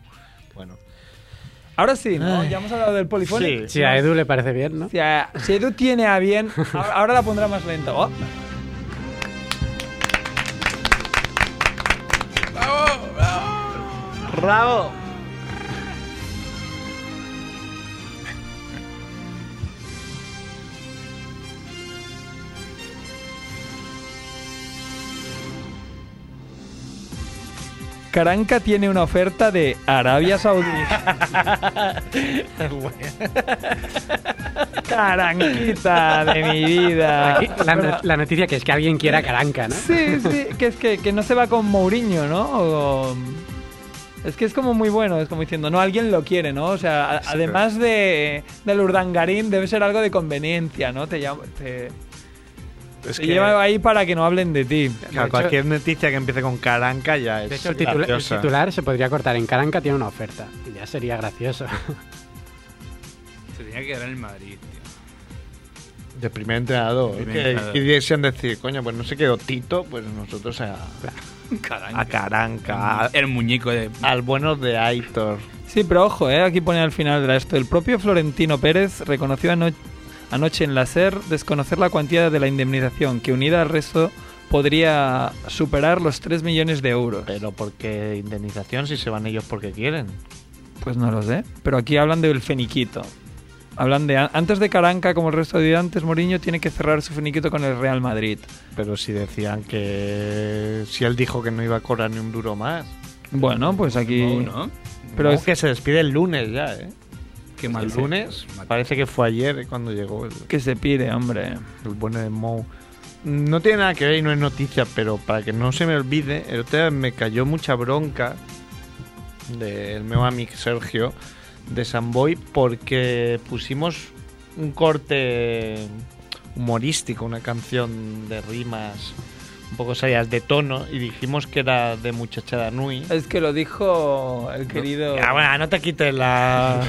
[SPEAKER 1] Bueno. Ah.
[SPEAKER 2] Ahora sí, ¿no? Ya hemos hablado del polifónico.
[SPEAKER 1] Sí.
[SPEAKER 3] Si a Edu le parece bien, ¿no?
[SPEAKER 2] Si, a- si Edu tiene a bien, ahora, ahora la pondrá más lenta. Oh,
[SPEAKER 1] ¡Bravo!
[SPEAKER 2] Caranca tiene una oferta de Arabia <laughs> Saudí. Caranquita <laughs> de mi vida.
[SPEAKER 3] Aquí, la, no- la noticia que es que alguien quiera Caranca, ¿no?
[SPEAKER 2] Sí, sí, que es que, que no se va con Mourinho, ¿no? O- es que es como muy bueno, es como diciendo, no, alguien lo quiere, ¿no? O sea, a- además de, del urdangarín, debe ser algo de conveniencia, ¿no? Te, llama- te,
[SPEAKER 1] Es
[SPEAKER 2] te
[SPEAKER 1] que-
[SPEAKER 2] lleva ahí para que no hablen de ti.
[SPEAKER 1] Claro, cualquier noticia que empiece con caranca ya es.
[SPEAKER 3] De hecho, el, titula- el
[SPEAKER 1] graciosa.
[SPEAKER 3] titular se podría cortar en Caranca tiene una oferta. Y ya sería gracioso.
[SPEAKER 6] Se tenía que quedar en el Madrid, tío.
[SPEAKER 1] De primer entrenador.
[SPEAKER 6] Primer
[SPEAKER 1] que-
[SPEAKER 6] entrenador.
[SPEAKER 1] Y decían decir, coño, pues no se quedó Tito, pues nosotros a, a Caranca, a-
[SPEAKER 6] El muñeco de.
[SPEAKER 1] al bueno de Aitor.
[SPEAKER 2] Sí, pero ojo, ¿eh? aquí pone al final de esto. El propio Florentino Pérez reconoció ano- anoche en la SER desconocer la cuantía de la indemnización, que unida al resto podría superar los 3 millones de euros.
[SPEAKER 1] Pero ¿por qué indemnización si se van ellos porque quieren?
[SPEAKER 2] Pues no lo sé. Pero aquí hablan del feniquito. Hablan de. Antes de Caranca, como el resto de antes, Mourinho tiene que cerrar su feniquito con el Real Madrid.
[SPEAKER 1] Pero si decían que. Eh, Si él dijo que no iba a cobrar ni un duro más.
[SPEAKER 2] Bueno, pues
[SPEAKER 6] Oh,
[SPEAKER 2] aquí.
[SPEAKER 6] ¿no?
[SPEAKER 2] Pero
[SPEAKER 1] No,
[SPEAKER 2] es-
[SPEAKER 1] que se despide el lunes ya, ¿eh?
[SPEAKER 6] Qué mal
[SPEAKER 1] El lunes, parece que fue ayer eh, cuando llegó el,
[SPEAKER 2] que se pide, hombre.
[SPEAKER 1] el bueno de Mou. No tiene nada que ver y no es noticia, pero para que no se me olvide, el otro día me cayó mucha bronca del meu amic Sergio de Samboy porque pusimos un corte humorístico, una canción de rimas un poco serias de tono y dijimos que era de Muchachada Nui.
[SPEAKER 2] Es que lo dijo el querido.
[SPEAKER 1] Ah, bueno, no te quites la...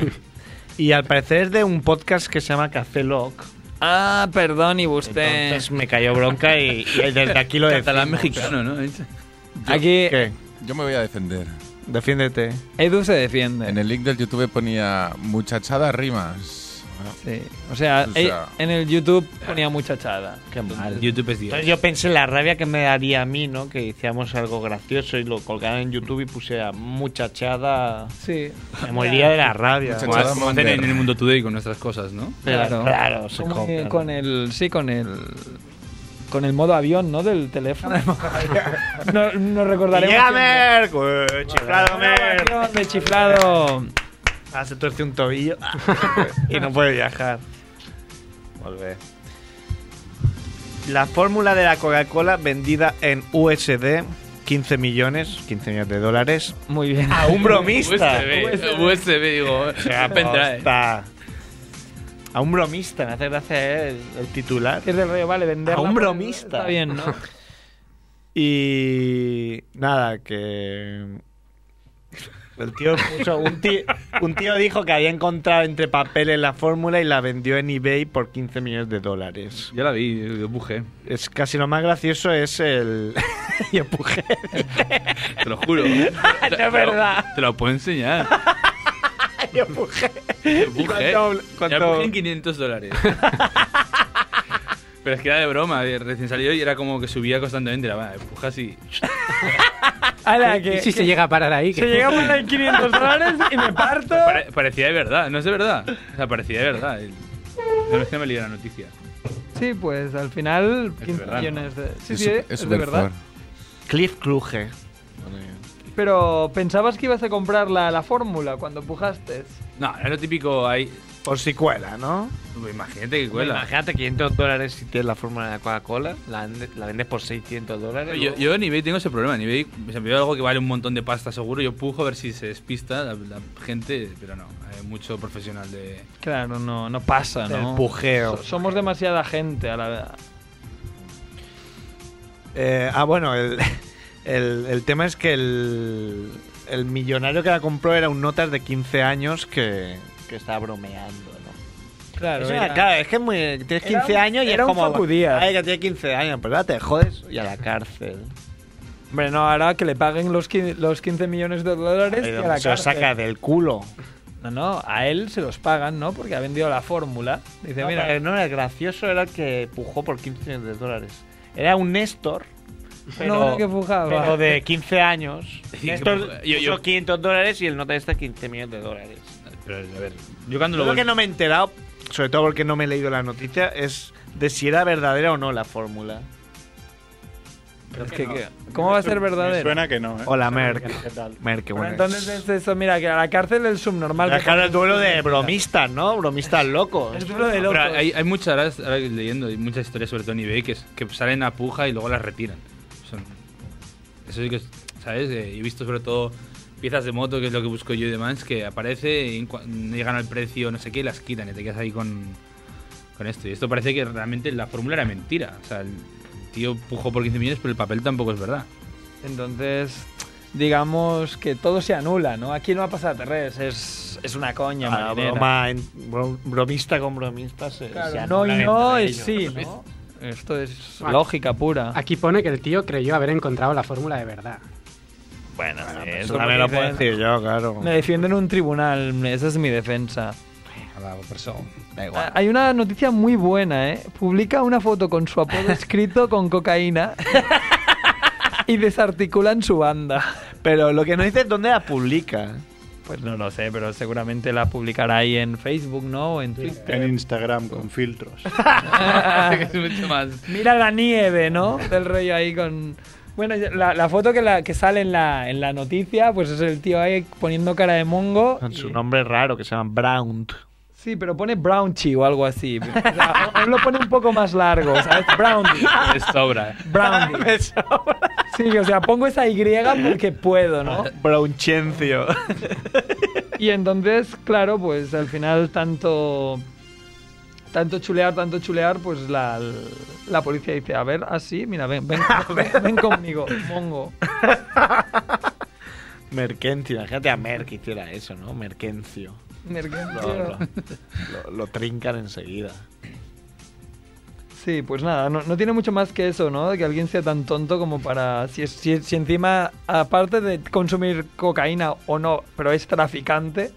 [SPEAKER 1] y al parecer es de un podcast que se llama Café Lock.
[SPEAKER 2] Ah, perdón, y usted.
[SPEAKER 1] Entonces me cayó bronca y, y desde aquí lo
[SPEAKER 6] Catalán
[SPEAKER 1] decimos.
[SPEAKER 6] mexicano, ¿no?
[SPEAKER 2] Aquí
[SPEAKER 1] ¿Qué?
[SPEAKER 4] Yo me voy a defender.
[SPEAKER 1] <laughs> Defiéndete.
[SPEAKER 2] Edu se defiende.
[SPEAKER 4] En el link del YouTube ponía muchachada rimas.
[SPEAKER 2] Sí. O sea,
[SPEAKER 4] O sea-
[SPEAKER 2] eh, en el YouTube ponía muchachada.
[SPEAKER 1] Qué mal.
[SPEAKER 6] YouTube es Dios.
[SPEAKER 1] Entonces yo pensé la rabia que me daría a mí, ¿no? Que hiciéramos algo gracioso y lo colgaran en YouTube y pusiera muchachada.
[SPEAKER 2] Sí.
[SPEAKER 1] Me moriría de la rabia.
[SPEAKER 6] Como
[SPEAKER 4] Muchachada.
[SPEAKER 6] hacen en el mundo today con nuestras cosas, ¿no?
[SPEAKER 1] Pero
[SPEAKER 2] Claro.
[SPEAKER 1] claro, se
[SPEAKER 2] Como que
[SPEAKER 1] compra.
[SPEAKER 2] con el. Sí, con el. Con el modo avión, ¿no? Del
[SPEAKER 1] <laughs>
[SPEAKER 2] teléfono. no, nos recordaremos.
[SPEAKER 1] ¡Llega
[SPEAKER 2] siempre.
[SPEAKER 1] Merck! ¡Ué, ¡Chiflado Merck!
[SPEAKER 2] Avión de chiflado.
[SPEAKER 1] Ah, se tuerce un tobillo <laughs> y no puede viajar. Volver. La fórmula de la Coca-Cola vendida en USD, 15 millones, 15 millones de dólares,
[SPEAKER 2] Muy bien.
[SPEAKER 1] a
[SPEAKER 6] <laughs>
[SPEAKER 1] un bromista.
[SPEAKER 6] USB, USB, digo. eh. pendrive.
[SPEAKER 2] eh.
[SPEAKER 1] Hostia. A un bromista, me hace gracia eh, el, el titular.
[SPEAKER 2] Es del rollo, vale, venderla.
[SPEAKER 1] A un
[SPEAKER 2] por-
[SPEAKER 1] bromista.
[SPEAKER 2] Está bien, ¿no?
[SPEAKER 1] <laughs> Y nada, que... El tío puso, un tío, un tío dijo que había encontrado entre papeles la fórmula y la vendió en eBay por 15 millones de dólares.
[SPEAKER 6] Yo la vi, yo bujé.
[SPEAKER 1] Es casi lo más gracioso es el... <laughs> y empujé.
[SPEAKER 6] Te lo juro. no es verdad. Te lo puedo enseñar.
[SPEAKER 2] <laughs>
[SPEAKER 1] y empujé.
[SPEAKER 6] Yo bujé.
[SPEAKER 1] cuánto-
[SPEAKER 6] Yo
[SPEAKER 1] cuánto-
[SPEAKER 6] bujé en 500 dólares. <laughs> Pero es que era de broma, de- recién salió y era como que subía constantemente. Era, va, empuja así. <laughs>
[SPEAKER 2] Ala, que.
[SPEAKER 3] <laughs> Y si se
[SPEAKER 2] que-
[SPEAKER 3] llega a parar ahí.
[SPEAKER 2] se llega a poner 500 dólares y me parto.
[SPEAKER 6] Pare- parecía de verdad, no es de verdad. O sea, parecía de verdad. El- No es que me lié la noticia.
[SPEAKER 2] Sí, pues al final. 15
[SPEAKER 6] verdad, ¿no?
[SPEAKER 2] millones de. Sí,
[SPEAKER 4] Es
[SPEAKER 2] sí,
[SPEAKER 4] su-
[SPEAKER 2] eh,
[SPEAKER 4] es
[SPEAKER 2] es de verdad.
[SPEAKER 4] superflor.
[SPEAKER 1] Cliff Kluge.
[SPEAKER 2] Pero pensabas que ibas a comprar la, la fórmula cuando pujaste.
[SPEAKER 6] No, era lo típico ahí.
[SPEAKER 1] Por si cuela, ¿no?
[SPEAKER 6] Imagínate que cuela.
[SPEAKER 1] Imagínate 500 dólares si tienes la fórmula de la Coca-Cola, la, la vendes por 600 dólares.
[SPEAKER 6] Yo, yo en eBay tengo ese problema. En eBay, o sea, veo algo que vale un montón de pasta seguro. Yo pujo a ver si se despista la, la gente, pero no. Hay mucho profesional de.
[SPEAKER 2] Claro, no, no pasa, ¿no?
[SPEAKER 1] El pujeo.
[SPEAKER 2] So- somos demasiada gente a la verdad.
[SPEAKER 1] Eh, ah, bueno, el, <laughs> el- el tema es que el, el millonario que la compró era un notas de 15 años que, que estaba bromeando, ¿no?
[SPEAKER 2] Claro,
[SPEAKER 1] es, una-
[SPEAKER 2] era-
[SPEAKER 1] claro, es que es muy, tienes 15
[SPEAKER 2] era un-
[SPEAKER 1] años y
[SPEAKER 2] era
[SPEAKER 1] es
[SPEAKER 2] un
[SPEAKER 1] como...
[SPEAKER 2] facudías.
[SPEAKER 1] Ay, que tiene 15 años, pero ahora te jodes y a la cárcel.
[SPEAKER 2] Hombre, no, ahora que le paguen los, qui- los 15 millones de dólares
[SPEAKER 1] Ay,
[SPEAKER 2] y a
[SPEAKER 1] donde
[SPEAKER 2] la
[SPEAKER 1] se lo
[SPEAKER 2] cárcel.
[SPEAKER 1] saca del culo.
[SPEAKER 2] No, no, a él se los pagan, ¿no? Porque ha vendido la fórmula. Dice,
[SPEAKER 1] No,
[SPEAKER 2] mira,
[SPEAKER 1] pero no era gracioso, era el que pujó por 15 millones de dólares. Era un Néstor, pero,
[SPEAKER 2] no, no, que fujaba.
[SPEAKER 1] pero de 15 años.
[SPEAKER 6] <laughs> Sí,
[SPEAKER 1] Néstor
[SPEAKER 6] yo- yo-
[SPEAKER 1] puso 500 dólares y el nota está 15 millones de dólares.
[SPEAKER 6] Pero, a ver, yo cuando
[SPEAKER 1] Yo
[SPEAKER 6] lo
[SPEAKER 1] Lo
[SPEAKER 6] vol-
[SPEAKER 1] que no me he enterado, sobre todo porque no me he leído la noticia, es de si era verdadera o no la fórmula.
[SPEAKER 2] Es que, que- ¿Cómo va
[SPEAKER 6] <laughs>
[SPEAKER 2] a ser verdadero?
[SPEAKER 8] Me suena que no, ¿eh?
[SPEAKER 1] Hola, Merck.
[SPEAKER 8] ¿Qué tal?
[SPEAKER 1] Merck, qué
[SPEAKER 2] Pero
[SPEAKER 1] bueno.
[SPEAKER 2] entonces es eso, mira, que a la cárcel el subnormal. que-
[SPEAKER 1] Dejar el
[SPEAKER 2] <laughs>
[SPEAKER 1] duelo de bromistas, ¿no? Bromistas locos.
[SPEAKER 2] El duelo de
[SPEAKER 6] Pero
[SPEAKER 2] locos.
[SPEAKER 6] hay, hay muchas, ahora, ahora leyendo, hay muchas historias sobre Tony Bay que, es- que salen a puja y luego las retiran. Son- eso sí que, es- ¿sabes? Eh, he visto sobre todo piezas de moto, que es lo que busco yo y demás, que aparece y en cua- no llegan al precio, no sé qué, y las quitan y te quedas ahí con, con esto. Y esto parece que realmente la fórmula era mentira. O sea, el tío pujó por 15 millones, pero el papel tampoco es verdad.
[SPEAKER 2] Entonces, digamos que todo se anula, ¿no? Aquí no ha pasado res, es, es una coña.
[SPEAKER 1] Ah,
[SPEAKER 2] marinera.
[SPEAKER 1] broma en- bro- bromista con eh. bromista se,
[SPEAKER 2] Claro,
[SPEAKER 1] se
[SPEAKER 2] no y
[SPEAKER 1] anulan
[SPEAKER 2] no
[SPEAKER 1] entre
[SPEAKER 2] es
[SPEAKER 1] ellos.
[SPEAKER 2] sí, ¿no? Esto es
[SPEAKER 3] Ah,
[SPEAKER 2] lógica pura.
[SPEAKER 3] Aquí pone que el tío creyó haber encontrado la fórmula de verdad.
[SPEAKER 2] bueno, sí, es
[SPEAKER 1] Eso
[SPEAKER 2] como
[SPEAKER 1] también lo
[SPEAKER 2] dicen.
[SPEAKER 1] puedo decir yo, claro.
[SPEAKER 2] Me defienden en un tribunal, esa es mi defensa.
[SPEAKER 6] Da
[SPEAKER 2] Ah, Hay una noticia muy buena, ¿eh? Publica una foto con su
[SPEAKER 1] <laughs>
[SPEAKER 2] apodo escrito con cocaína <laughs> y desarticulan su banda.
[SPEAKER 1] Pero lo que no dice es dónde la publica.
[SPEAKER 2] Pues no lo sé, pero seguramente la publicará ahí en Facebook, ¿no? O en Twitter.
[SPEAKER 8] En Instagram con
[SPEAKER 2] <laughs>
[SPEAKER 8] filtros.
[SPEAKER 6] Que es mucho más.
[SPEAKER 2] Mira la nieve, ¿no? Del rollo ahí con... Bueno, la, la foto que, la, que sale en la, en la noticia, pues es el tío ahí poniendo cara de mongo.
[SPEAKER 1] Con su
[SPEAKER 2] y-
[SPEAKER 1] nombre raro, que se llama Brown.
[SPEAKER 2] Sí, pero pone Brownchi o algo así. O sea, <laughs> aún lo pone un poco más largo, <laughs> ¿sabes? Brownchi.
[SPEAKER 6] Es sobra.
[SPEAKER 2] Brownie. Sí, o sea, pongo esa Y porque puedo, ¿no?
[SPEAKER 1] Braunchencio.
[SPEAKER 2] Y entonces, claro, pues al final tanto tanto chulear, tanto chulear, pues la, la policía dice, a ver, así, mira, ven,
[SPEAKER 1] <laughs>
[SPEAKER 2] ven, ven, ven conmigo, mongo.
[SPEAKER 1] Merkencio. Imagínate a Merck que hiciera eso, ¿no? Merkencio. Lo,
[SPEAKER 2] Mercantil.
[SPEAKER 1] lo- lo- lo trincan enseguida.
[SPEAKER 2] Sí, pues nada, no, no tiene mucho más que eso, ¿no? De que alguien sea tan tonto como para... Si, es- si, es- si encima, aparte de consumir cocaína o no, pero es traficante,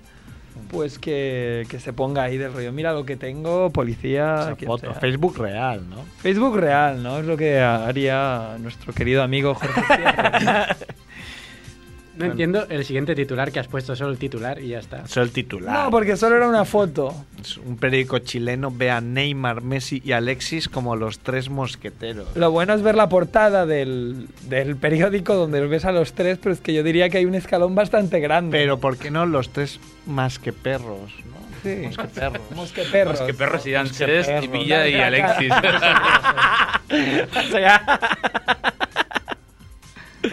[SPEAKER 2] pues que, que se ponga ahí del rollo. Mira lo que tengo, policía...
[SPEAKER 1] Esa
[SPEAKER 2] quien
[SPEAKER 1] foto.
[SPEAKER 2] sea".
[SPEAKER 1] Facebook real, ¿no?
[SPEAKER 2] Facebook real, ¿no? Es lo que haría nuestro querido amigo Jorge. Sierra.
[SPEAKER 3] <laughs> No entiendo el siguiente titular que has puesto, solo el titular y ya está.
[SPEAKER 1] Eso es el titular.
[SPEAKER 2] no, porque solo era una foto.
[SPEAKER 1] Es Un periódico chileno ve a Neymar, Messi y Alexis como los tres mosqueteros.
[SPEAKER 2] Lo bueno es ver la portada del, del periódico donde los ves a los tres, pero es que yo diría que hay un escalón bastante grande.
[SPEAKER 1] Pero ¿por qué no los tres más que perros? ¿no?
[SPEAKER 2] Sí.
[SPEAKER 1] Más que perros.
[SPEAKER 2] Mosqueperros.
[SPEAKER 6] Es que perros y
[SPEAKER 1] Es que
[SPEAKER 6] Dances,
[SPEAKER 1] perros.
[SPEAKER 6] y Villa y Alexis.
[SPEAKER 2] <laughs>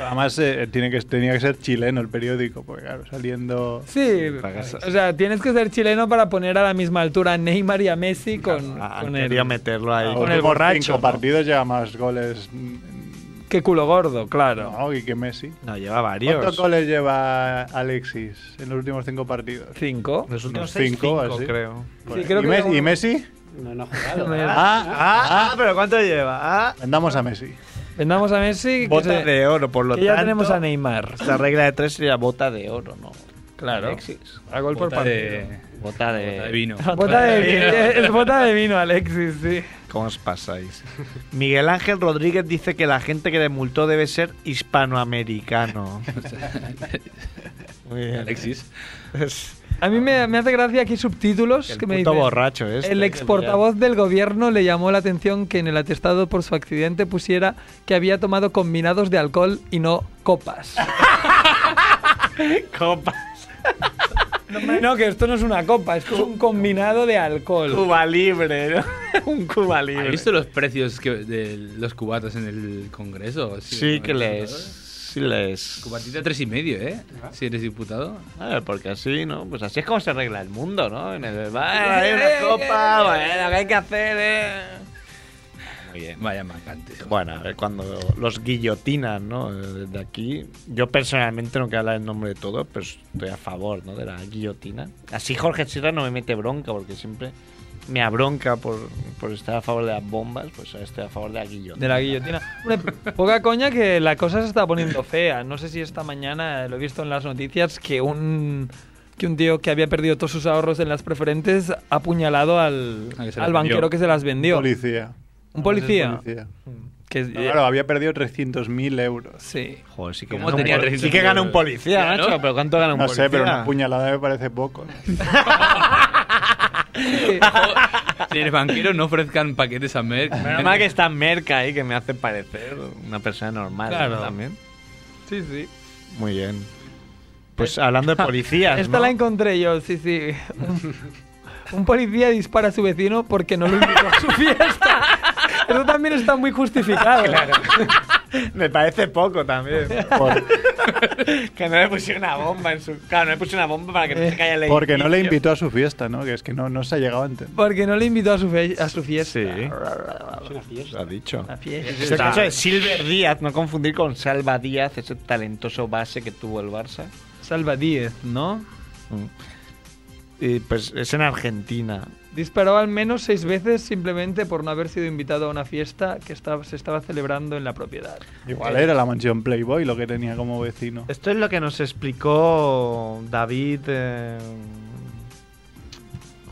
[SPEAKER 8] Además, eh, tiene que, tenía que ser chileno el periódico, porque claro, saliendo...
[SPEAKER 2] Sí,
[SPEAKER 1] Pagas.
[SPEAKER 2] o sea, tienes que ser chileno para poner a la misma altura a Neymar y a Messi con,
[SPEAKER 1] Ah,
[SPEAKER 2] con
[SPEAKER 1] quería
[SPEAKER 2] el...
[SPEAKER 1] meterlo ahí.
[SPEAKER 8] Los
[SPEAKER 2] con el
[SPEAKER 8] últimos
[SPEAKER 2] borracho,
[SPEAKER 8] Cinco
[SPEAKER 2] ¿no?
[SPEAKER 8] partidos lleva más goles mm,
[SPEAKER 2] Qué culo gordo, claro.
[SPEAKER 8] no, y que Messi.
[SPEAKER 1] No, lleva
[SPEAKER 8] ¿Cuántos
[SPEAKER 1] varios.
[SPEAKER 8] goles lleva Alexis en los últimos cinco partidos?
[SPEAKER 2] Cinco.
[SPEAKER 1] Los últimos
[SPEAKER 8] Unos
[SPEAKER 1] seis,
[SPEAKER 8] cinco,
[SPEAKER 1] cinco,
[SPEAKER 8] así.
[SPEAKER 1] creo.
[SPEAKER 8] Por ahí.
[SPEAKER 2] creo
[SPEAKER 8] ¿Y,
[SPEAKER 2] que
[SPEAKER 8] Mes-
[SPEAKER 2] lleva
[SPEAKER 8] y
[SPEAKER 2] uno.
[SPEAKER 8] Messi?
[SPEAKER 3] No, no he jugado.
[SPEAKER 1] Ah, ah, ah, pero ¿cuánto lleva? Ah,
[SPEAKER 8] Vendamos a Messi.
[SPEAKER 2] Vendamos a Messi que,
[SPEAKER 1] bota
[SPEAKER 2] se-
[SPEAKER 1] de oro, por lo
[SPEAKER 2] que ya
[SPEAKER 1] tanto,
[SPEAKER 2] tenemos a Neymar.
[SPEAKER 1] Esta regla de tres sería bota de oro, ¿no?
[SPEAKER 6] Claro.
[SPEAKER 1] Alexis.
[SPEAKER 2] A gol por
[SPEAKER 6] Bota
[SPEAKER 2] partido.
[SPEAKER 6] de,
[SPEAKER 1] Bota de...
[SPEAKER 6] bota de vino.
[SPEAKER 2] Bota de vino. <laughs> Es bota de vino, Alexis, sí.
[SPEAKER 1] ¿Cómo os pasáis? Miguel Ángel Rodríguez dice que la gente que le multó debe ser hispanoamericano. Muy bien.
[SPEAKER 6] Alexis.
[SPEAKER 1] Es
[SPEAKER 2] A mí me, me hace gracia aquí subtítulos
[SPEAKER 1] el
[SPEAKER 2] que me
[SPEAKER 1] puto
[SPEAKER 2] dicen,
[SPEAKER 1] borracho este.
[SPEAKER 2] El exportavoz del gobierno le llamó la atención que en el atestado por su accidente pusiera que había tomado combinados de alcohol y no copas.
[SPEAKER 1] <laughs> Copas.
[SPEAKER 2] No, que esto no es una copa, esto es un combinado de alcohol.
[SPEAKER 1] Cuba libre, ¿no? <laughs> Un Cuba libre.
[SPEAKER 6] ¿Has visto los precios que, de los cubatas en el Congreso?
[SPEAKER 1] Sí, que
[SPEAKER 6] ¿no?
[SPEAKER 1] les... Sí les...
[SPEAKER 6] Cubatita tres y medio, ¿eh? Si eres diputado.
[SPEAKER 1] A ver, porque así, ¿no? Pues así es como se arregla el mundo, ¿no? En
[SPEAKER 2] <laughs>
[SPEAKER 1] el bar
[SPEAKER 2] Eh,
[SPEAKER 1] hay una copa, bueno, ¿qué hay que hacer, eh? Muy bien.
[SPEAKER 6] Vaya mancante.
[SPEAKER 1] Bueno, a ver, cuando los guillotinan, ¿no? Eh, De aquí, yo personalmente no quiero hablar en nombre de todos, pero estoy a favor, ¿no? De la guillotina. Así Jorge Sierra no me mete bronca, porque siempre me abronca por, por estar a favor de las bombas, pues ahora estoy a favor de la guillotina.
[SPEAKER 2] De la guillotina. Hombre, poca coña que la cosa se está poniendo fea. No sé si esta mañana eh, lo he visto en las noticias que un que un tío que había perdido todos sus ahorros en las preferentes ha apuñalado al,
[SPEAKER 6] Ah, que se las
[SPEAKER 2] al banquero
[SPEAKER 6] vendió.
[SPEAKER 2] que se las vendió.
[SPEAKER 8] Policía.
[SPEAKER 2] Un policía.
[SPEAKER 8] Policía.
[SPEAKER 2] Que, eh,
[SPEAKER 8] No, claro, había perdido 300.000 euros.
[SPEAKER 2] Sí.
[SPEAKER 1] Joder, sí que,
[SPEAKER 6] ¿Cómo
[SPEAKER 1] gana un
[SPEAKER 6] tenía
[SPEAKER 1] pol-
[SPEAKER 6] 300
[SPEAKER 1] sí que gana un
[SPEAKER 6] euros?
[SPEAKER 1] policía,
[SPEAKER 6] Ya, ¿no?
[SPEAKER 1] macho, pero ¿cuánto gana un
[SPEAKER 8] No
[SPEAKER 1] policía?
[SPEAKER 8] ¿eh? sé, pero una puñalada me parece poco. ¿no?
[SPEAKER 6] <laughs> si eres banquero, no ofrezcan paquetes a Merck.
[SPEAKER 7] Menos mal que está Merca ahí, que me hace parecer una persona normal
[SPEAKER 6] Claro.
[SPEAKER 7] también.
[SPEAKER 2] Sí, sí.
[SPEAKER 1] Muy bien. Pues hablando
[SPEAKER 2] <laughs>
[SPEAKER 1] de policías,
[SPEAKER 2] Esta
[SPEAKER 1] ¿no? <laughs>
[SPEAKER 2] la encontré yo, sí, sí. Un, un policía dispara a su vecino porque no lo invitó a su
[SPEAKER 6] <laughs>
[SPEAKER 2] fiesta. Eso también está muy justificado.
[SPEAKER 1] Me parece poco también. <laughs>
[SPEAKER 7] Que no le puse una bomba en su. Claro, no le puse una bomba para que no se caiga el
[SPEAKER 8] Porque no le
[SPEAKER 7] edificio.
[SPEAKER 8] invitó a su fiesta, ¿no? Que es que no, no se ha llegado a entender.
[SPEAKER 2] Porque no le invitó a su, fe- a su fiesta.
[SPEAKER 1] Sí.
[SPEAKER 3] Es una fiesta.
[SPEAKER 1] Lo ha dicho.
[SPEAKER 2] La fiesta.
[SPEAKER 7] Es el caso de Silver Díaz, no confundir con Salva Díaz, ese talentoso base que tuvo el Barça.
[SPEAKER 2] Salva 10, ¿no?
[SPEAKER 1] Mm. Y pues es en Argentina.
[SPEAKER 2] Disparó al menos seis veces simplemente por no haber sido invitado a una fiesta que estaba- se estaba celebrando en la propiedad.
[SPEAKER 8] Igual era la mansión Playboy lo que tenía como vecino.
[SPEAKER 1] Esto es lo
[SPEAKER 2] <laughs>
[SPEAKER 1] que nos <laughs> explicó David. eh,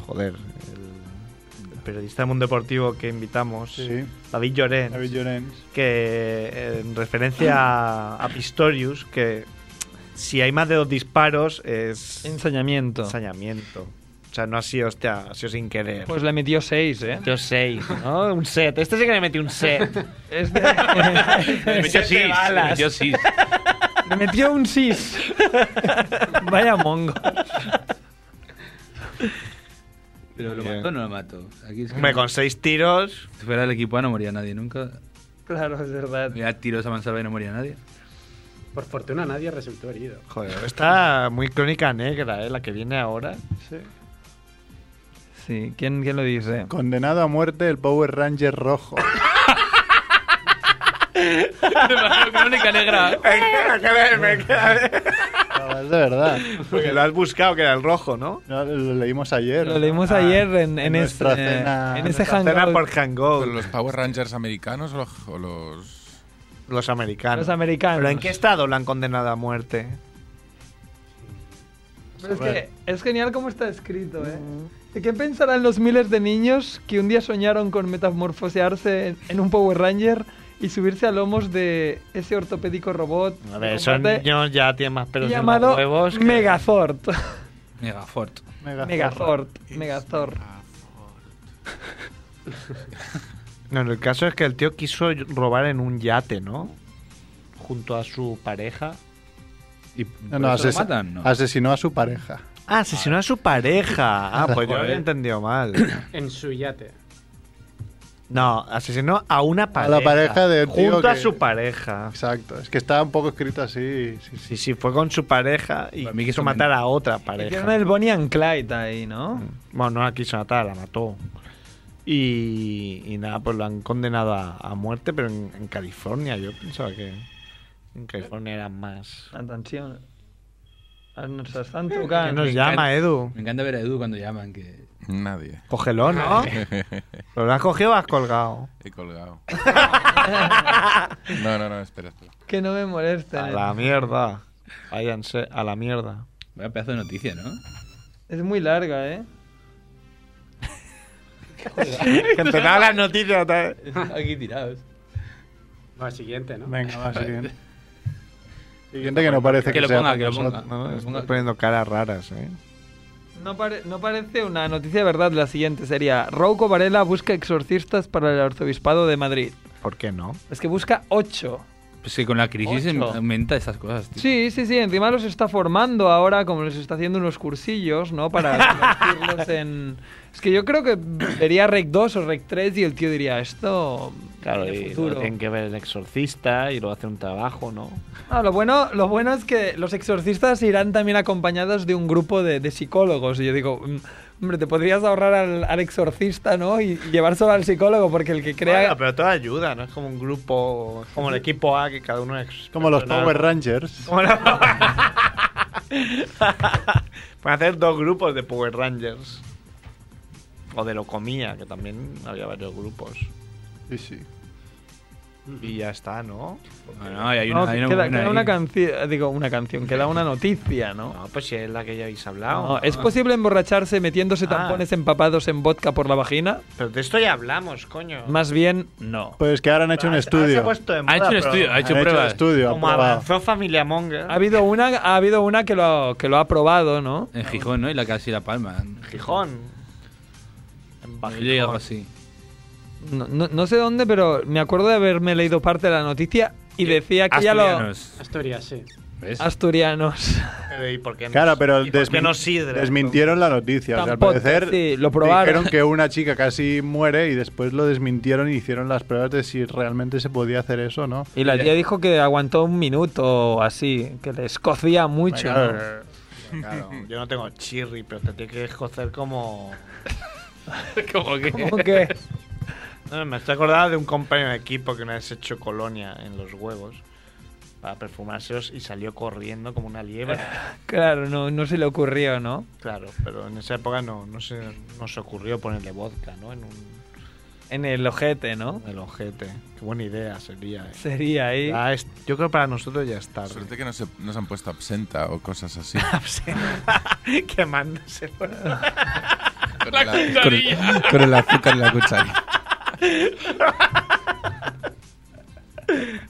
[SPEAKER 1] joder, el, el periodista de Mundo Deportivo que invitamos,
[SPEAKER 8] Sí.
[SPEAKER 1] David Llorens,
[SPEAKER 8] David Llorens.
[SPEAKER 1] que eh, en referencia a, a Pistorius, que si hay más de dos disparos es
[SPEAKER 2] Ensañamiento.
[SPEAKER 1] ensañamiento. O sea, no ha sido, hostia, ha sido sin querer.
[SPEAKER 2] Pues le metió seis, ¿eh?
[SPEAKER 7] Yo seis, ¿no? Un set. Este sí que le metí un set.
[SPEAKER 2] Es de-
[SPEAKER 6] Me metió
[SPEAKER 7] Siete
[SPEAKER 6] sí,
[SPEAKER 7] balas.
[SPEAKER 6] me metió sí.
[SPEAKER 2] <laughs> le metió un
[SPEAKER 1] <laughs>
[SPEAKER 2] sis. Vaya mongo.
[SPEAKER 6] Pero lo
[SPEAKER 1] Bien.
[SPEAKER 6] mató o no lo mató. Aquí es que
[SPEAKER 1] Hombre, con seis tiros.
[SPEAKER 6] Si fuera el equipo A no moría nadie nunca.
[SPEAKER 2] Claro, es verdad.
[SPEAKER 6] Había tiros a Mansalva y no moría nadie.
[SPEAKER 3] Por fortuna nadie resultó herido.
[SPEAKER 1] Joder, está muy crónica negra, ¿eh? La que viene ahora.
[SPEAKER 2] Sí, ¿quién, quién lo dice?
[SPEAKER 8] Condenado a muerte el Power Ranger rojo.
[SPEAKER 6] Crónica negra.
[SPEAKER 8] No, es de verdad.
[SPEAKER 1] Porque lo has buscado, que era el rojo, ¿no?
[SPEAKER 8] No, lo leímos ayer.
[SPEAKER 2] Lo leímos
[SPEAKER 1] Ah,
[SPEAKER 2] ayer en, en,
[SPEAKER 8] en
[SPEAKER 2] este,
[SPEAKER 8] nuestra cena-
[SPEAKER 2] en ese
[SPEAKER 1] La cena
[SPEAKER 2] hangout.
[SPEAKER 1] por
[SPEAKER 4] ¿Pero
[SPEAKER 1] Hangout,
[SPEAKER 4] ¿Los Power Rangers americanos o los, o los-
[SPEAKER 1] los americanos.
[SPEAKER 2] Los americanos.
[SPEAKER 1] ¿Pero en qué estado la han condenado a muerte?
[SPEAKER 2] Pero es, que es genial cómo está escrito, ¿eh? ¿De qué pensarán los miles de niños que un día soñaron con metamorfosearse en, en un Power Ranger y subirse a lomos de ese ortopédico robot
[SPEAKER 1] A
[SPEAKER 2] de
[SPEAKER 1] ver, son
[SPEAKER 2] combate
[SPEAKER 1] niños ya tienen más pelos en los
[SPEAKER 2] llamado
[SPEAKER 1] huevos. que-
[SPEAKER 2] Megazord?
[SPEAKER 6] Megafort.
[SPEAKER 8] Megazord.
[SPEAKER 2] Megazord, Megazord.
[SPEAKER 1] No, el caso es que el tío quiso robar en un yate, ¿no? Junto a su pareja.
[SPEAKER 6] ¿Y
[SPEAKER 8] No,
[SPEAKER 6] por
[SPEAKER 8] no,
[SPEAKER 6] eso lo
[SPEAKER 8] ases-
[SPEAKER 6] matan? No.
[SPEAKER 8] asesinó a su pareja.
[SPEAKER 1] Ah, asesinó a su pareja. Ah, pues yo lo había entendido mal.
[SPEAKER 8] <coughs>
[SPEAKER 3] En su yate.
[SPEAKER 1] No, asesinó a una pareja.
[SPEAKER 8] pareja de un tío
[SPEAKER 1] Junto a
[SPEAKER 8] que-
[SPEAKER 1] su pareja.
[SPEAKER 8] Exacto. Es que estaba un poco escrito así. Sí, sí.
[SPEAKER 1] Sí, sí, fue con su pareja y
[SPEAKER 6] Para mí que
[SPEAKER 1] quiso
[SPEAKER 6] son-
[SPEAKER 1] matar a otra
[SPEAKER 2] Hicieron
[SPEAKER 1] pareja. Mm.
[SPEAKER 2] el Bonnie and Clyde ahí, ¿no?
[SPEAKER 1] Bueno, no la quiso matar, la mató. Y, y nada, pues lo han condenado a, a muerte, pero en, en California. Yo pensaba que en California era más.
[SPEAKER 2] Atención. Ah, Nos están
[SPEAKER 1] ¿Qué
[SPEAKER 2] tocando.
[SPEAKER 1] nos llama, Edu?
[SPEAKER 6] Me encanta ver a Edu cuando llaman. que
[SPEAKER 4] Nadie.
[SPEAKER 1] Cógelo,
[SPEAKER 4] <laughs>
[SPEAKER 1] ¿no? ¿Lo has cogido o has colgado?
[SPEAKER 4] He
[SPEAKER 1] <laughs>
[SPEAKER 4] colgado. No, no, no, espera, espera.
[SPEAKER 2] <laughs> Que no me ¿eh? molesta.
[SPEAKER 1] A la mierda. Váyanse a la mierda.
[SPEAKER 6] Vaya pedazo de noticia, ¿no?
[SPEAKER 2] Es muy larga, ¿eh?
[SPEAKER 1] Que empezaba las noticias.
[SPEAKER 2] <laughs>
[SPEAKER 1] otra vez.
[SPEAKER 6] Aquí tirados.
[SPEAKER 3] Va, siguiente, ¿no?
[SPEAKER 8] Venga, va, siguiente. Siguiente que no parece que,
[SPEAKER 6] Que lo
[SPEAKER 8] sea
[SPEAKER 6] ponga,
[SPEAKER 8] para
[SPEAKER 6] que lo ponga.
[SPEAKER 8] nosotros.
[SPEAKER 1] No, estoy poniendo caras raras, ¿eh?
[SPEAKER 2] No, pare- no parece una noticia de verdad. La siguiente sería: Rauco Varela busca exorcistas para el arzobispado de Madrid.
[SPEAKER 1] ¿Por qué no?
[SPEAKER 2] Es que busca ocho.
[SPEAKER 6] Pues que con la crisis
[SPEAKER 7] Ocho.
[SPEAKER 6] aumenta esas cosas, tío.
[SPEAKER 2] Sí, sí, sí. Encima los está formando ahora, como les está haciendo unos cursillos, ¿no? Para convertirlos en. Es que yo creo que vería Rec 2 o Rec 3 y el tío diría: Esto.
[SPEAKER 7] Claro,
[SPEAKER 2] tiene
[SPEAKER 7] y luego tienen que ver el exorcista y luego hacer un trabajo, ¿no?
[SPEAKER 2] Ah, lo, bueno, lo bueno es que los exorcistas irán también acompañados de un grupo de, de psicólogos. Y yo digo, "Mm, hombre, te podrías ahorrar al, al exorcista, ¿no? Y, y llevar solo al psicólogo, porque el que crea...
[SPEAKER 1] Bueno, pero todo ayuda, no es como un grupo, como el equipo A que cada uno es.
[SPEAKER 8] Como los
[SPEAKER 1] personal.
[SPEAKER 8] Power Rangers.
[SPEAKER 1] Como los Power- Pueden hacer dos grupos de Power Rangers. O de Locomía, que también había varios grupos.
[SPEAKER 8] Sí, sí.
[SPEAKER 1] Y ya está, ¿no?
[SPEAKER 6] No, no, y hay
[SPEAKER 2] No,
[SPEAKER 6] una, hay una,
[SPEAKER 2] queda,
[SPEAKER 6] una
[SPEAKER 2] queda una
[SPEAKER 6] ahí.
[SPEAKER 2] canción, digo, una canción, queda una noticia, ¿no?
[SPEAKER 1] No, pues si es la que ya habéis hablado.
[SPEAKER 2] No, ¿Es posible emborracharse metiéndose
[SPEAKER 1] Ah.
[SPEAKER 2] tampones empapados en vodka por la vagina?
[SPEAKER 1] Pero de esto ya hablamos, coño.
[SPEAKER 2] Más bien, no.
[SPEAKER 8] Pues que ahora han hecho un
[SPEAKER 1] Ah, se
[SPEAKER 8] estudio.
[SPEAKER 1] Ha puesto de
[SPEAKER 6] Ha
[SPEAKER 1] moda,
[SPEAKER 6] hecho un
[SPEAKER 1] pero
[SPEAKER 6] estudio, ha
[SPEAKER 8] Han
[SPEAKER 6] hecho
[SPEAKER 8] hecho un
[SPEAKER 6] pruebas.
[SPEAKER 8] estudio.
[SPEAKER 1] Como
[SPEAKER 8] aprobado.
[SPEAKER 1] avanzó Familia Monger.
[SPEAKER 2] Ha habido una, ha habido una que, lo ha, que lo ha probado, ¿no?
[SPEAKER 6] En Gijón, ¿no? Y la casi la palma.
[SPEAKER 1] Gijón.
[SPEAKER 6] Yo llegué algo así.
[SPEAKER 2] No, no- no sé dónde, pero me acuerdo de haberme leído parte de la noticia y decía que ya lo.
[SPEAKER 6] Asturianos.
[SPEAKER 3] Asturias, sí. Ah,
[SPEAKER 6] ¿Ves?
[SPEAKER 2] Asturianos.
[SPEAKER 1] Pero, ¿y por qué no?
[SPEAKER 8] Claro, pero
[SPEAKER 1] ¿Y por qué
[SPEAKER 8] desmin-
[SPEAKER 1] no sidra?
[SPEAKER 8] desmintieron la noticia. O sea, al
[SPEAKER 2] Tampoco,
[SPEAKER 8] parecer
[SPEAKER 2] sí, lo probaron.
[SPEAKER 8] dijeron que una chica casi muere y después lo desmintieron y hicieron las pruebas de si realmente se podía hacer eso o no.
[SPEAKER 2] Y la tía dijo que aguantó un minuto o así, que les cocía mucho.
[SPEAKER 8] Claro,
[SPEAKER 2] ¿no?
[SPEAKER 1] Claro, yo no tengo chirri, pero te tiene que escocer como...
[SPEAKER 6] <laughs> ¿Cómo que?
[SPEAKER 2] ¿Cómo que?
[SPEAKER 1] No, me estoy acordando de un compañero de equipo que una vez hecho colonia en los huevos para perfumárselos y salió corriendo como una liebre.
[SPEAKER 2] Claro, no, no se le ocurrió, ¿no?
[SPEAKER 1] Claro, pero en esa época no, no, se, no se ocurrió ponerle vodka, ¿no? En un
[SPEAKER 2] En el ojete, ¿no?
[SPEAKER 1] en el ojete. Qué buena idea sería. eh.
[SPEAKER 2] Sería ahí.
[SPEAKER 1] Ya es- yo creo que para nosotros ya está.
[SPEAKER 4] Suerte que no se, no se han puesto absenta o cosas
[SPEAKER 1] <laughs>
[SPEAKER 4] así.
[SPEAKER 1] Quemándoselo.
[SPEAKER 4] con, el, a- con el- con el azúcar en la cuchara.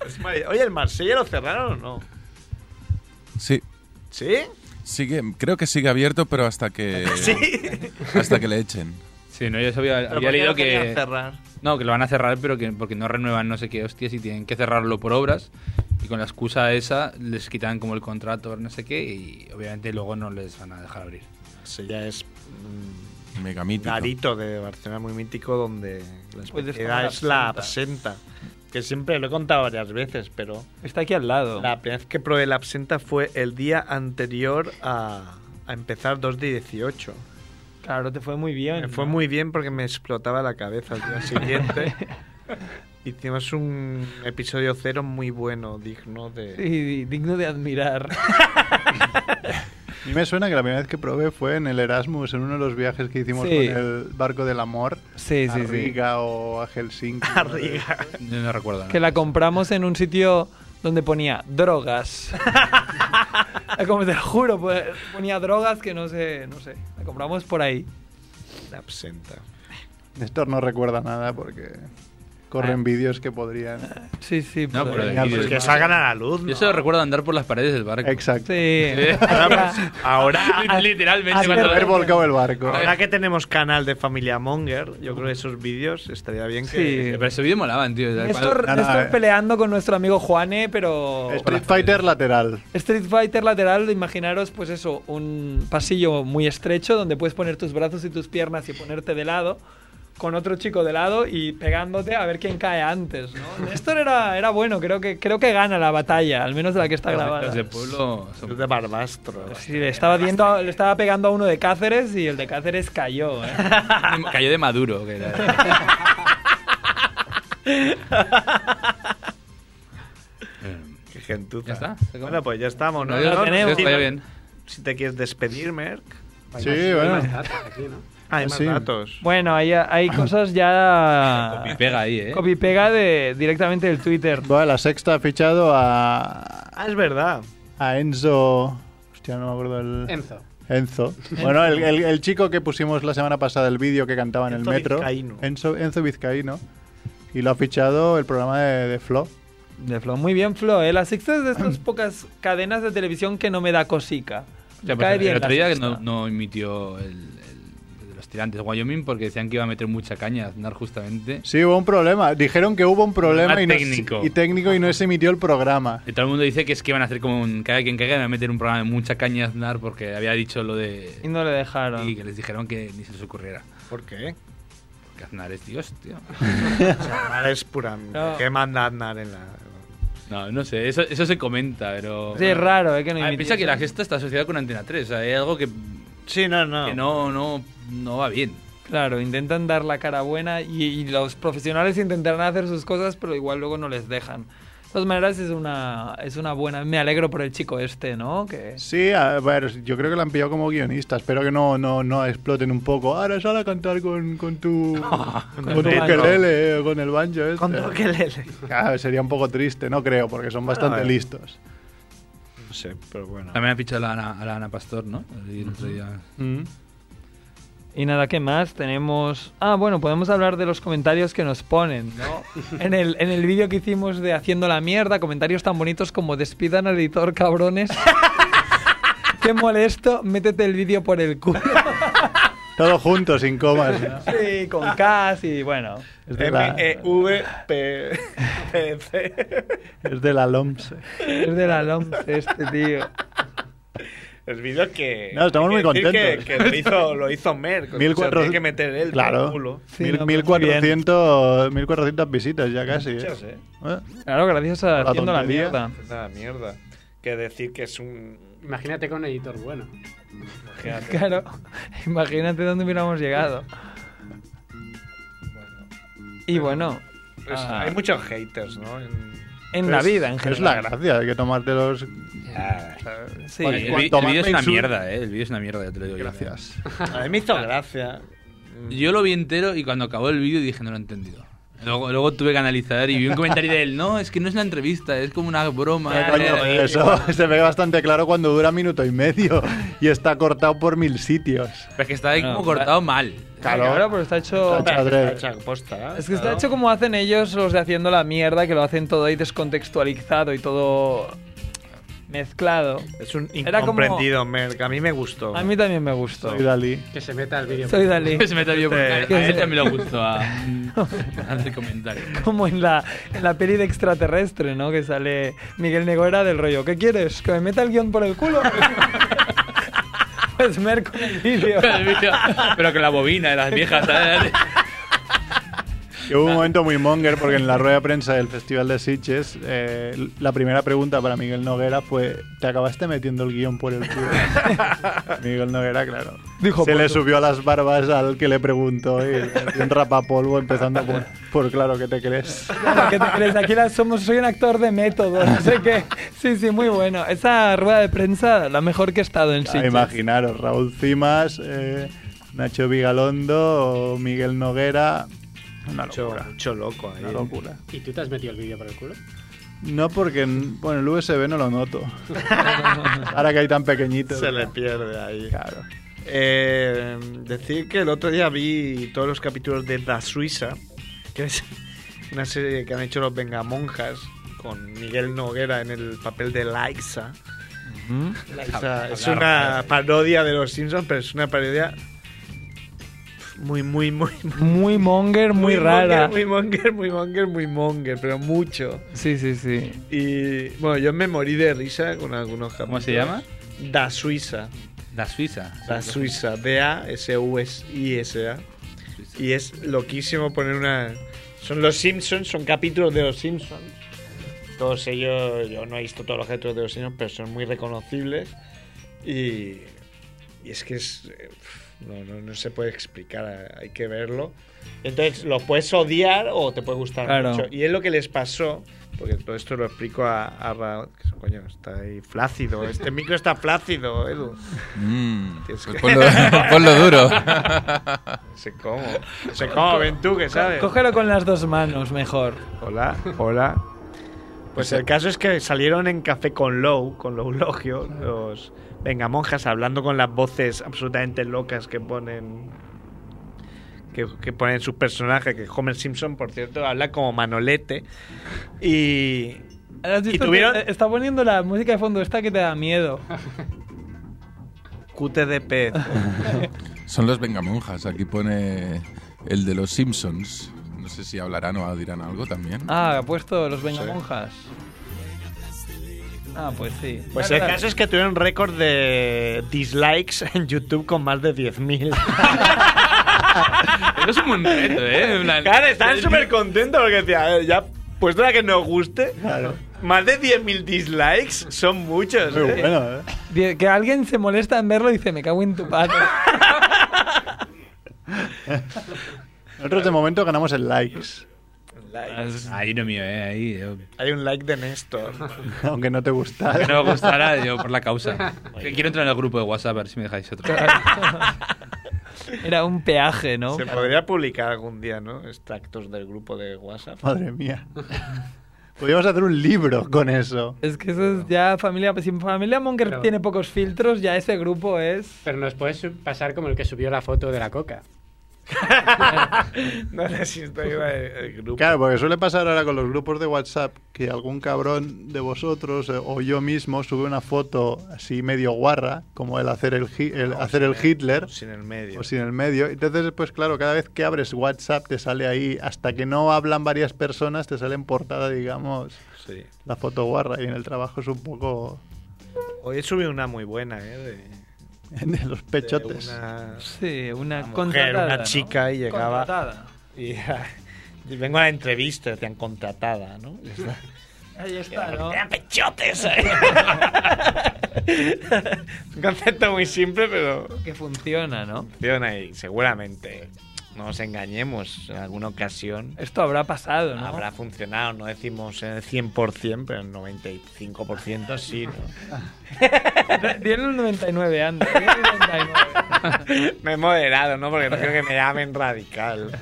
[SPEAKER 1] Es maravilloso. Oye, ¿el Marsella lo cerraron o no?
[SPEAKER 4] Sí,
[SPEAKER 1] ¿Sí?
[SPEAKER 4] sigue, creo que sigue abierto, pero hasta
[SPEAKER 1] <laughs>
[SPEAKER 4] que, hasta que le echen.
[SPEAKER 6] Sí, no, yo sabía,
[SPEAKER 1] ¿Pero
[SPEAKER 6] había
[SPEAKER 1] por qué
[SPEAKER 6] leído
[SPEAKER 1] lo querían
[SPEAKER 6] que...
[SPEAKER 1] cerrar?
[SPEAKER 6] No, que lo van a cerrar, pero que porque no renuevan no sé qué hostias y tienen que cerrarlo por obras. Y con la excusa esa les quitan como el contrato no sé qué y obviamente luego no les van a dejar abrir.
[SPEAKER 1] Marsella es mm,
[SPEAKER 4] Mega mítico.
[SPEAKER 1] garito de Barcelona muy mítico donde la
[SPEAKER 2] Puedes
[SPEAKER 1] especialidad
[SPEAKER 2] tomar
[SPEAKER 1] es la absenta. Que siempre lo he contado varias veces, pero
[SPEAKER 2] Está aquí al lado.
[SPEAKER 1] la primera vez que probé la absenta fue el día anterior a, a empezar 2 de 18.
[SPEAKER 2] Claro, te fue muy bien.
[SPEAKER 1] Me fue
[SPEAKER 2] ¿no?
[SPEAKER 1] muy bien porque me explotaba la cabeza al
[SPEAKER 2] <laughs>
[SPEAKER 1] día siguiente. Hicimos un episodio cero muy bueno, digno de...
[SPEAKER 2] Sí, digno de admirar. <laughs>
[SPEAKER 8] A mí me suena que la primera vez que probé fue en el Erasmus, en uno de los viajes que hicimos
[SPEAKER 2] Sí.
[SPEAKER 8] con el barco del amor
[SPEAKER 2] Sí,
[SPEAKER 8] a
[SPEAKER 2] sí, sí.
[SPEAKER 8] Riga o a
[SPEAKER 2] <laughs>
[SPEAKER 8] Helsinki.
[SPEAKER 1] A Riga.
[SPEAKER 6] Yo no recuerdo.
[SPEAKER 2] Que
[SPEAKER 6] nada.
[SPEAKER 2] la compramos en un sitio donde ponía drogas. Como te lo juro, pues, ponía drogas que no sé, no sé. La compramos por ahí.
[SPEAKER 1] La absenta.
[SPEAKER 8] Néstor no recuerda nada porque corren vídeos que podrían...
[SPEAKER 2] Ah. Sí, sí.
[SPEAKER 6] No,
[SPEAKER 2] por
[SPEAKER 6] pero
[SPEAKER 2] ahí.
[SPEAKER 6] de-
[SPEAKER 1] Pues que salgan a la luz.
[SPEAKER 6] Yo
[SPEAKER 1] ¿no?
[SPEAKER 6] solo recuerdo andar por las paredes del barco.
[SPEAKER 8] Exacto.
[SPEAKER 2] Sí.
[SPEAKER 1] Ahora, pues,
[SPEAKER 6] <laughs>
[SPEAKER 1] ahora,
[SPEAKER 6] Li- Literalmente.
[SPEAKER 2] has
[SPEAKER 6] cuando-
[SPEAKER 8] Haber volcado el barco.
[SPEAKER 1] ahora que tenemos canal de Familia Monger, yo creo que esos vídeos estaría bien que...
[SPEAKER 2] Sí.
[SPEAKER 6] Pero ese vídeo molaban, tío.
[SPEAKER 2] Néstor,
[SPEAKER 8] No, no,
[SPEAKER 2] Néstor
[SPEAKER 8] eh.
[SPEAKER 2] peleando con nuestro amigo Juane, pero...
[SPEAKER 8] Street Fighter lateral.
[SPEAKER 2] Street Fighter lateral, imaginaros pues eso, un pasillo muy estrecho donde puedes poner tus brazos y tus piernas y ponerte de lado con otro chico de lado y pegándote a ver quién cae antes, ¿no?
[SPEAKER 6] <laughs>
[SPEAKER 2] Néstor era, era bueno, creo que, creo que gana la batalla, al menos la que está grabada.
[SPEAKER 6] Los de pueblo
[SPEAKER 1] Es
[SPEAKER 6] son- Pues
[SPEAKER 1] de Barbastro.
[SPEAKER 2] Sí, le estaba, viendo a- le estaba pegando a uno de Cáceres y el de Cáceres cayó, ¿eh?
[SPEAKER 6] <laughs> cayó de Maduro. Que era-
[SPEAKER 1] Qué gentuza.
[SPEAKER 6] Ya está, se acabó.
[SPEAKER 1] Bueno, pues ya estamos, ¿no?
[SPEAKER 6] Adiós,
[SPEAKER 1] No, no,
[SPEAKER 6] adiós,
[SPEAKER 1] si-
[SPEAKER 6] vaya bien.
[SPEAKER 1] Si te quieres despedir, Merck.
[SPEAKER 3] Hay
[SPEAKER 8] Sí,
[SPEAKER 3] más- hay
[SPEAKER 8] bueno.
[SPEAKER 3] más datos aquí, ¿no?
[SPEAKER 1] Ah, <laughs>
[SPEAKER 2] Pues
[SPEAKER 1] hay más
[SPEAKER 8] Sí.
[SPEAKER 1] datos.
[SPEAKER 2] Bueno, hay, hay cosas ya...
[SPEAKER 6] Y pega ahí, ¿eh?
[SPEAKER 2] Copy pega de, directamente del Twitter.
[SPEAKER 8] Bueno, la sexta ha fichado a,
[SPEAKER 1] Ah, es verdad.
[SPEAKER 8] a Enzo... Hostia, no me acuerdo el...
[SPEAKER 3] Enzo.
[SPEAKER 8] Enzo. Bueno, el, el- el chico que pusimos la semana pasada el vídeo que cantaba en
[SPEAKER 1] Enzo
[SPEAKER 8] el metro.
[SPEAKER 1] Vizcaíno.
[SPEAKER 8] Enzo, Enzo Vizcaíno. Y lo ha fichado el programa de, de Flo.
[SPEAKER 2] De Flo, muy bien Flo, ¿eh? La sexta es de estas <clears throat> pocas cadenas de televisión que no me da cosica.
[SPEAKER 6] Ya, pues,
[SPEAKER 2] Cae
[SPEAKER 6] el
[SPEAKER 2] bien
[SPEAKER 6] otro
[SPEAKER 2] la
[SPEAKER 6] día que
[SPEAKER 2] sexta.
[SPEAKER 6] no, no emitió el, el de los tirantes de Wyoming porque decían que iba a meter mucha caña a Aznar justamente.
[SPEAKER 8] Sí, hubo un problema. Dijeron que hubo un problema
[SPEAKER 6] Problema
[SPEAKER 8] y no,
[SPEAKER 6] técnico.
[SPEAKER 8] y técnico y no se emitió el programa.
[SPEAKER 6] Y todo el mundo dice que es que van a hacer como un caiga quien caiga, van a meter un programa de mucha caña a Aznar porque había dicho lo
[SPEAKER 2] Y
[SPEAKER 6] de...
[SPEAKER 2] no le dejaron.
[SPEAKER 6] Y que les dijeron que ni se les ocurriera.
[SPEAKER 1] ¿Por qué?
[SPEAKER 6] Que Aznar es Dios, tío.
[SPEAKER 1] <laughs> Aznar es pura.
[SPEAKER 2] No.
[SPEAKER 1] ¿Qué manda Aznar en la.?
[SPEAKER 6] No, no sé, eso, eso se comenta, pero...
[SPEAKER 2] Sí, es raro, ¿eh? Que no
[SPEAKER 6] Ah, piensa
[SPEAKER 2] imitiesen.
[SPEAKER 6] que la gesta está asociada con Antena 3, o sea, hay algo que,
[SPEAKER 1] Sí, no, no.
[SPEAKER 6] que no, no, no va bien.
[SPEAKER 2] Claro, intentan dar la cara buena y, y los profesionales intentarán hacer sus cosas, pero igual luego no les dejan. De todas maneras, es una, es una buena... Me alegro por el chico este, ¿no? Que...
[SPEAKER 8] Sí, a ver, yo creo que lo han pillado como guionista. Espero que no, no, no exploten un poco. Ahora sal a cantar con, con
[SPEAKER 1] <laughs>
[SPEAKER 8] tu. con tu
[SPEAKER 2] tu banjo.
[SPEAKER 8] ukelele, eh, con el banjo este.
[SPEAKER 1] Con toque lele.
[SPEAKER 8] Claro, sería un poco triste, no creo, porque son bastante
[SPEAKER 1] eh.
[SPEAKER 8] listos.
[SPEAKER 1] No sé, pero bueno.
[SPEAKER 6] También ha fichado a la Ana, a la Ana Pastor, ¿no? El otro día.
[SPEAKER 2] Y nada, ¿qué más? Tenemos... Ah, bueno, podemos hablar de los comentarios que nos ponen, <laughs> ¿no? en el, en el vídeo que hicimos de Haciendo la Mierda, comentarios tan bonitos como despidan al editor, <laughs> cabrones. Qué molesto, métete el vídeo por el culo.
[SPEAKER 8] Todo junto, sin
[SPEAKER 2] <laughs>
[SPEAKER 8] comas.
[SPEAKER 2] Sí, con K, y bueno.
[SPEAKER 8] Es de la,
[SPEAKER 1] M-E-V-P-C.
[SPEAKER 8] es de la LOMS.
[SPEAKER 2] Es de la LOMS este tío.
[SPEAKER 1] <laughs> El vídeo que.
[SPEAKER 8] No, estamos
[SPEAKER 1] hay que
[SPEAKER 8] muy
[SPEAKER 1] decir
[SPEAKER 8] contentos.
[SPEAKER 1] Que, que lo hizo, lo hizo Merck. o sea,
[SPEAKER 8] 1400
[SPEAKER 1] tiene que meter él por
[SPEAKER 8] Claro.
[SPEAKER 1] el culo.
[SPEAKER 2] Sí,
[SPEAKER 8] Mil-
[SPEAKER 2] no, pues
[SPEAKER 8] 1400, 1400 visitas ya casi. ¿eh?
[SPEAKER 1] Ya sé.
[SPEAKER 8] ¿Eh?
[SPEAKER 2] Claro, gracias a
[SPEAKER 8] La
[SPEAKER 2] haciendo la
[SPEAKER 8] tontería.
[SPEAKER 2] mierda.
[SPEAKER 1] Es una mierda. Que decir que es un.
[SPEAKER 3] Imagínate con un editor bueno.
[SPEAKER 1] Imagínate.
[SPEAKER 2] Claro, imagínate dónde hubiéramos llegado. Y bueno,
[SPEAKER 1] Pues
[SPEAKER 2] ah,
[SPEAKER 1] Hay muchos haters, ¿no? En-
[SPEAKER 2] en la
[SPEAKER 8] Es-
[SPEAKER 2] vida en general.
[SPEAKER 8] Es la gracia, hay que tomarte los.
[SPEAKER 1] Ah.
[SPEAKER 2] Sí.
[SPEAKER 6] el, vi-
[SPEAKER 8] cuanto
[SPEAKER 6] el
[SPEAKER 8] más
[SPEAKER 6] vídeo es una
[SPEAKER 8] mainstream- <laughs>
[SPEAKER 6] mierda, ¿eh? El vídeo es una mierda, ya te lo digo yo.
[SPEAKER 8] Gracias.
[SPEAKER 1] A mí me hizo gracia.
[SPEAKER 6] Yo lo vi entero y cuando acabó el vídeo dije, no lo he entendido. Luego, luego tuve que analizar y vi un comentario de él, no, es que no es la entrevista, es como una broma.
[SPEAKER 1] Ya,
[SPEAKER 6] Eh,
[SPEAKER 1] coño,
[SPEAKER 8] Coño,
[SPEAKER 1] eh,
[SPEAKER 8] eso <laughs> se ve bastante claro cuando dura minuto y medio y está cortado por mil sitios.
[SPEAKER 6] pero es que está ahí como
[SPEAKER 2] No,
[SPEAKER 6] cortado mal.
[SPEAKER 8] Claro.
[SPEAKER 2] Ahora, pero está hecho.
[SPEAKER 8] Está Adrede.
[SPEAKER 1] Está hecha posta, ¿eh?
[SPEAKER 2] Es que está
[SPEAKER 1] Claro.
[SPEAKER 2] hecho como hacen ellos los de haciendo la mierda, que lo hacen todo ahí descontextualizado y todo mezclado.
[SPEAKER 1] Es un
[SPEAKER 2] Era como-
[SPEAKER 1] incomprendido Merck. A mí me gustó.
[SPEAKER 2] A mí también me gustó.
[SPEAKER 8] Soy Dalí.
[SPEAKER 3] Que se meta el vídeo.
[SPEAKER 2] Soy Dalí.
[SPEAKER 6] Se me travió por
[SPEAKER 1] Eh,
[SPEAKER 6] cara.
[SPEAKER 2] que
[SPEAKER 6] A él
[SPEAKER 2] se-
[SPEAKER 6] también le gustó a, a hacer comentarios.
[SPEAKER 2] <laughs> Como en la, en la peli de extraterrestre, ¿no? Que sale Miguel Neguera del rollo. ¿Qué quieres? ¿Que me meta el guión por el culo? <laughs> pues Merck con el vídeo.
[SPEAKER 6] Pero con la bobina de las viejas, ¿sabes?
[SPEAKER 8] Y hubo un momento muy monger porque en la rueda de prensa del Festival de Sitges, eh, la primera pregunta para Miguel Noguera fue: ¿Te acabaste metiendo el guión por el culo?
[SPEAKER 1] <laughs>
[SPEAKER 8] Miguel Noguera, claro.
[SPEAKER 2] Dijo,
[SPEAKER 8] Se le
[SPEAKER 2] "Pues,
[SPEAKER 8] subió a las barbas al que le preguntó y le metió un rapapolvo empezando por, por claro que te crees.
[SPEAKER 2] claro, ¿Qué te crees? Aquí la somos, soy un actor de método, no sé qué. Sí, sí, muy bueno. Esa rueda de prensa, la mejor que he estado en sí.
[SPEAKER 8] Ah, imaginaros, Raúl Cimas, eh, Nacho Vigalondo, o Miguel Noguera. Una
[SPEAKER 1] Mucho,
[SPEAKER 8] locura.
[SPEAKER 1] mucho loco ahí.
[SPEAKER 8] Una locura.
[SPEAKER 3] ¿Y tú te has metido el vídeo por el culo?
[SPEAKER 8] No porque, en- bueno, el USB no lo noto. <laughs> Ahora que hay tan pequeñito.
[SPEAKER 1] Se le pierde ahí.
[SPEAKER 8] Claro.
[SPEAKER 1] Eh, decir que el otro día vi todos los capítulos de La Suiza, que es una serie que han hecho los Vengamonjas con Miguel Noguera en el papel de Laixa. Laixa es una parodia de los Simpsons, pero es una parodia muy, muy, muy, muy,
[SPEAKER 2] Muy monger, muy, rara.
[SPEAKER 1] monger, Muy monger, muy monger, muy monger, pero mucho.
[SPEAKER 2] Sí, sí, sí.
[SPEAKER 1] Y bueno, yo me morí de risa con algunos capítulos.
[SPEAKER 6] ¿Cómo se llama?
[SPEAKER 1] Da Suiza.
[SPEAKER 6] La Suiza.
[SPEAKER 1] La Suiza, D-A-S-U-S-I-S-A. Y es loquísimo poner una. Son los Simpsons, son capítulos de los Simpsons. Todos ellos, yo no he visto todos los capítulos de los Simpsons, pero son muy reconocibles. Y. y es que es. eh, No, no, no se puede explicar, hay que verlo. Entonces, lo puedes odiar o te puede gustar
[SPEAKER 2] Claro.
[SPEAKER 1] mucho. Y es lo que les pasó, porque todo esto lo explico a, a Ra- que, Coño, está
[SPEAKER 2] <laughs>
[SPEAKER 1] ahí flácido. Este micro está flácido, Edu.
[SPEAKER 4] Mm,
[SPEAKER 1] Tienes
[SPEAKER 4] pues
[SPEAKER 1] que-
[SPEAKER 4] ponlo, <laughs> ponlo duro.
[SPEAKER 1] Sé cómo. Sé cómo, ven tú que sabes.
[SPEAKER 2] Cógelo con las dos manos, mejor.
[SPEAKER 1] Hola, hola. Pues el caso es que salieron en Café con Low, con Low Logio, los Venga Monjas, hablando con las voces absolutamente locas que ponen. Que, que ponen sus personajes, que Homer Simpson, por cierto, habla como Manolete. Y.
[SPEAKER 2] ¿Has visto que
[SPEAKER 1] tuvieron-
[SPEAKER 2] eh, Está poniendo la música de fondo esta que te da miedo.
[SPEAKER 1] Cute
[SPEAKER 2] <laughs>
[SPEAKER 1] de pez.
[SPEAKER 4] Son los vengamonjas. Aquí pone el de los Simpsons. No sé si hablarán o dirán algo también.
[SPEAKER 2] Ah, ha puesto los vengamonjas. Ah, pues sí.
[SPEAKER 1] Pues
[SPEAKER 2] Dale,
[SPEAKER 1] el
[SPEAKER 2] dale.
[SPEAKER 1] caso es que tuvieron récord de dislikes en YouTube con más de
[SPEAKER 6] <laughs>
[SPEAKER 1] 10.000.
[SPEAKER 6] Eso es un buen reto, ¿eh? En plan-
[SPEAKER 1] Claro, estaban súper contentos porque decía, "A ver, ya, puesto la que nos guste,
[SPEAKER 8] Claro.
[SPEAKER 1] más de 10.000 dislikes son muchos.
[SPEAKER 8] Muy
[SPEAKER 1] ¿eh?
[SPEAKER 8] bueno, ¿eh?
[SPEAKER 2] Die- Que alguien se molesta en verlo y dice, me cago en tu padre.
[SPEAKER 8] Nosotros de momento ganamos en likes, <laughs>
[SPEAKER 1] Likes.
[SPEAKER 6] Ahí no mío, ¿eh? Ahí yo-
[SPEAKER 1] Hay un like
[SPEAKER 6] <laughs>
[SPEAKER 1] de Néstor.
[SPEAKER 8] aunque no te
[SPEAKER 6] Que
[SPEAKER 8] gustara.
[SPEAKER 6] no me gustará yo por la causa. Que quiero entrar en el grupo de WhatsApp a ver si me dejáis otro.
[SPEAKER 2] Era un peaje, ¿no?
[SPEAKER 1] Se podría publicar algún día, ¿no? Extractos del grupo de WhatsApp.
[SPEAKER 8] Madre mía. <laughs> Podríamos hacer un libro con eso.
[SPEAKER 2] Es que eso es ya familia... Si familia Monger
[SPEAKER 3] Pero-
[SPEAKER 2] tiene pocos filtros, ya ese grupo es...
[SPEAKER 3] Pero nos puedes su- pasar como el que subió la foto de la coca.
[SPEAKER 1] <laughs> no necesito ir al grupo.
[SPEAKER 8] Claro, pues, porque suele pasar ahora con los grupos de WhatsApp que algún cabrón de vosotros eh, o yo mismo sube una foto así medio guarra, como el hacer el, hi- el, hacer el Hitler.
[SPEAKER 1] Sin el medio.
[SPEAKER 8] O sin el medio. Entonces, pues claro, cada vez que abres WhatsApp te sale ahí, hasta que no hablan varias personas, te sale en portada, digamos,
[SPEAKER 1] Sí.
[SPEAKER 8] la foto guarra. Y en el trabajo es un poco
[SPEAKER 1] Hoy he subido una muy buena, ¿eh? De,
[SPEAKER 8] de los
[SPEAKER 1] de
[SPEAKER 8] pechotes.
[SPEAKER 1] una-
[SPEAKER 2] Sí, una,
[SPEAKER 1] mujer,
[SPEAKER 2] contratada,
[SPEAKER 1] una
[SPEAKER 2] ¿no?
[SPEAKER 1] chica y llegaba-
[SPEAKER 2] Contratada.
[SPEAKER 1] y, <laughs> y vengo a la entrevista, decían contratada, ¿no? <laughs> Y está-
[SPEAKER 2] Ahí está, ¿no?
[SPEAKER 1] ¡Eran pechotes! Un concepto muy simple, pero
[SPEAKER 2] Que funciona, ¿no?
[SPEAKER 1] funciona y seguramente no nos engañemos en alguna ocasión.
[SPEAKER 2] Esto habrá pasado, ¿no?
[SPEAKER 1] Habrá funcionado, no decimos en el 100%, pero en el 95% sí. ¿no?
[SPEAKER 2] Tiene un 99 antes. tiene un 99.
[SPEAKER 1] <laughs> me he moderado, ¿no? Porque no creo que me llamen radical.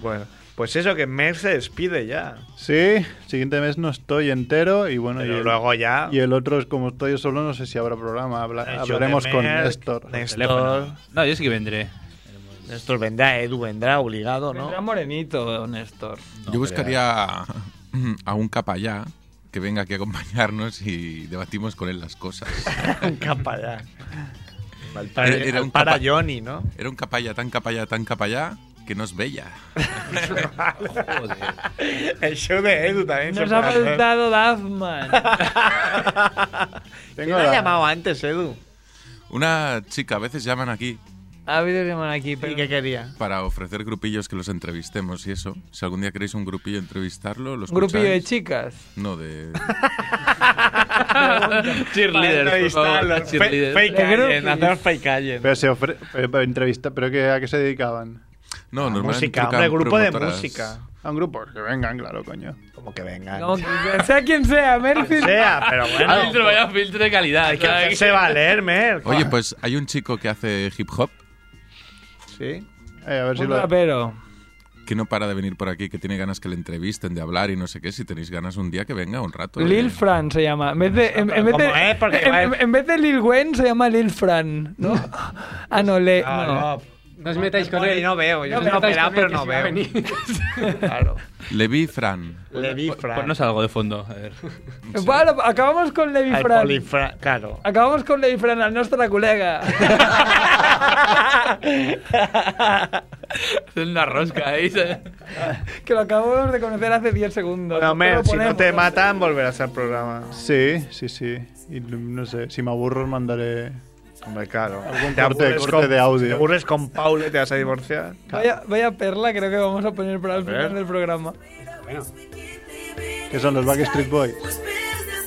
[SPEAKER 1] bueno, pues eso, que Merck se despide ya.
[SPEAKER 8] Sí, siguiente mes no estoy entero y bueno, y
[SPEAKER 1] Pero
[SPEAKER 8] el,
[SPEAKER 1] luego ya...
[SPEAKER 8] y el otro es como estoy yo solo, no sé si habrá programa. habla-
[SPEAKER 1] Eh, yo
[SPEAKER 8] hablaremos
[SPEAKER 1] de
[SPEAKER 8] con
[SPEAKER 1] Merck,
[SPEAKER 8] Néstor.
[SPEAKER 1] Néstor,
[SPEAKER 6] No, yo sí que vendré.
[SPEAKER 1] Néstor vendrá, Edu vendrá obligado, ¿no? <laughs>
[SPEAKER 2] Vendrá morenito, Néstor.
[SPEAKER 6] No,
[SPEAKER 4] Yo buscaría a, a un capallá que venga aquí a acompañarnos y debatimos con él las
[SPEAKER 1] <laughs>
[SPEAKER 4] cosas.
[SPEAKER 1] un capallán.
[SPEAKER 4] Era- era un
[SPEAKER 1] para
[SPEAKER 4] capa-
[SPEAKER 1] Johnny, ¿no?
[SPEAKER 4] Era un capallá tan capallá, tan capallá, que no es bella.
[SPEAKER 1] <laughs> El show de Edu también.
[SPEAKER 2] Nos
[SPEAKER 1] se
[SPEAKER 2] ha
[SPEAKER 1] puede hacer.
[SPEAKER 2] faltado Duffman.
[SPEAKER 1] ¿Quién
[SPEAKER 8] Tengo
[SPEAKER 1] ha
[SPEAKER 8] la-
[SPEAKER 1] llamado antes, Edu?
[SPEAKER 4] Una chica, a veces llaman aquí
[SPEAKER 2] Ha habido que llamar aquí,
[SPEAKER 1] ¿Y
[SPEAKER 2] pero.
[SPEAKER 1] qué quería?
[SPEAKER 4] para ofrecer grupillos que los entrevistemos y eso. Si algún día queréis un grupillo entrevistarlo, los
[SPEAKER 2] Un grupillo de chicas.
[SPEAKER 4] No, de...
[SPEAKER 6] Cheerleader, por favor.
[SPEAKER 1] Entrevistarlos. Fe-
[SPEAKER 6] Cheerleader.
[SPEAKER 1] Fake
[SPEAKER 2] Yo creo
[SPEAKER 1] Allen,
[SPEAKER 2] que-
[SPEAKER 1] hacer fake Allen.
[SPEAKER 8] Pero se ofre- eh, pero entrevista, pero que, ¿a qué se dedicaban?
[SPEAKER 4] No, normalmente
[SPEAKER 1] música,
[SPEAKER 4] tocan
[SPEAKER 1] hombre, grupo de
[SPEAKER 4] promotoras.
[SPEAKER 1] música.
[SPEAKER 8] A un grupo, que vengan, claro, coño.
[SPEAKER 1] Como que vengan.
[SPEAKER 2] Como que- sea quien sea, Mercy.
[SPEAKER 1] sea, pero
[SPEAKER 6] Filtro,
[SPEAKER 1] bueno.
[SPEAKER 6] vaya filtro de calidad.
[SPEAKER 1] hay que
[SPEAKER 6] ¿sabes?
[SPEAKER 1] hacerse valer, Merck.
[SPEAKER 4] Oye, pues hay un chico que hace hip hop
[SPEAKER 1] Sí.
[SPEAKER 8] Eh, a ver si
[SPEAKER 2] Un
[SPEAKER 8] lo...
[SPEAKER 2] rapero.
[SPEAKER 4] que no para de venir por aquí, que tiene ganas que le entrevisten, de hablar y no sé qué. Si tenéis ganas un día, que venga un rato.
[SPEAKER 2] Lil
[SPEAKER 4] Oye.
[SPEAKER 2] Fran se llama. En vez de, en, en vez de,
[SPEAKER 1] ¿Cómo es? Porque va
[SPEAKER 2] en-
[SPEAKER 1] el-
[SPEAKER 2] en vez de Lil Gwen se llama Lil Fran,
[SPEAKER 1] <laughs>
[SPEAKER 2] ¿no? ah, no, le. no.
[SPEAKER 3] No os metáis con
[SPEAKER 1] No,
[SPEAKER 3] él.
[SPEAKER 1] no veo, yo soy
[SPEAKER 3] os metáis
[SPEAKER 1] operado,
[SPEAKER 3] con él,
[SPEAKER 1] pero no
[SPEAKER 3] que se va a
[SPEAKER 1] veo.
[SPEAKER 3] venir.
[SPEAKER 2] <laughs>
[SPEAKER 1] <laughs> Claro.
[SPEAKER 4] Levi Fran.
[SPEAKER 1] Levi
[SPEAKER 2] Pues,
[SPEAKER 1] Frank.
[SPEAKER 6] Ponnos algo de fondo. A ver.
[SPEAKER 2] Bueno, acabamos con Levi
[SPEAKER 1] Al
[SPEAKER 2] Fran.
[SPEAKER 1] polifra-
[SPEAKER 6] <laughs>
[SPEAKER 1] Claro.
[SPEAKER 2] Acabamos con Levi Fran, al nuestra colega. <laughs>
[SPEAKER 6] Hacen una rosca ahí. ¿sabes?
[SPEAKER 2] que lo acabamos de conocer hace 10 segundos.
[SPEAKER 1] No,
[SPEAKER 2] Pero
[SPEAKER 1] Mer, si no
[SPEAKER 2] ponemos-
[SPEAKER 1] te matan, volverás al programa.
[SPEAKER 8] Sí, sí, sí. Y no sé, si me aburro os mandaré...
[SPEAKER 1] Hombre, claro.
[SPEAKER 8] Algún corte-
[SPEAKER 1] Te aburres
[SPEAKER 8] corte
[SPEAKER 1] con-
[SPEAKER 8] de audio.
[SPEAKER 1] Te aburres con Paul y te vas a divorciar.
[SPEAKER 2] Vaya, vaya perla, creo que vamos a poner para el
[SPEAKER 1] ver.
[SPEAKER 2] final del programa.
[SPEAKER 3] Bueno,
[SPEAKER 8] que son los Backstreet Boys.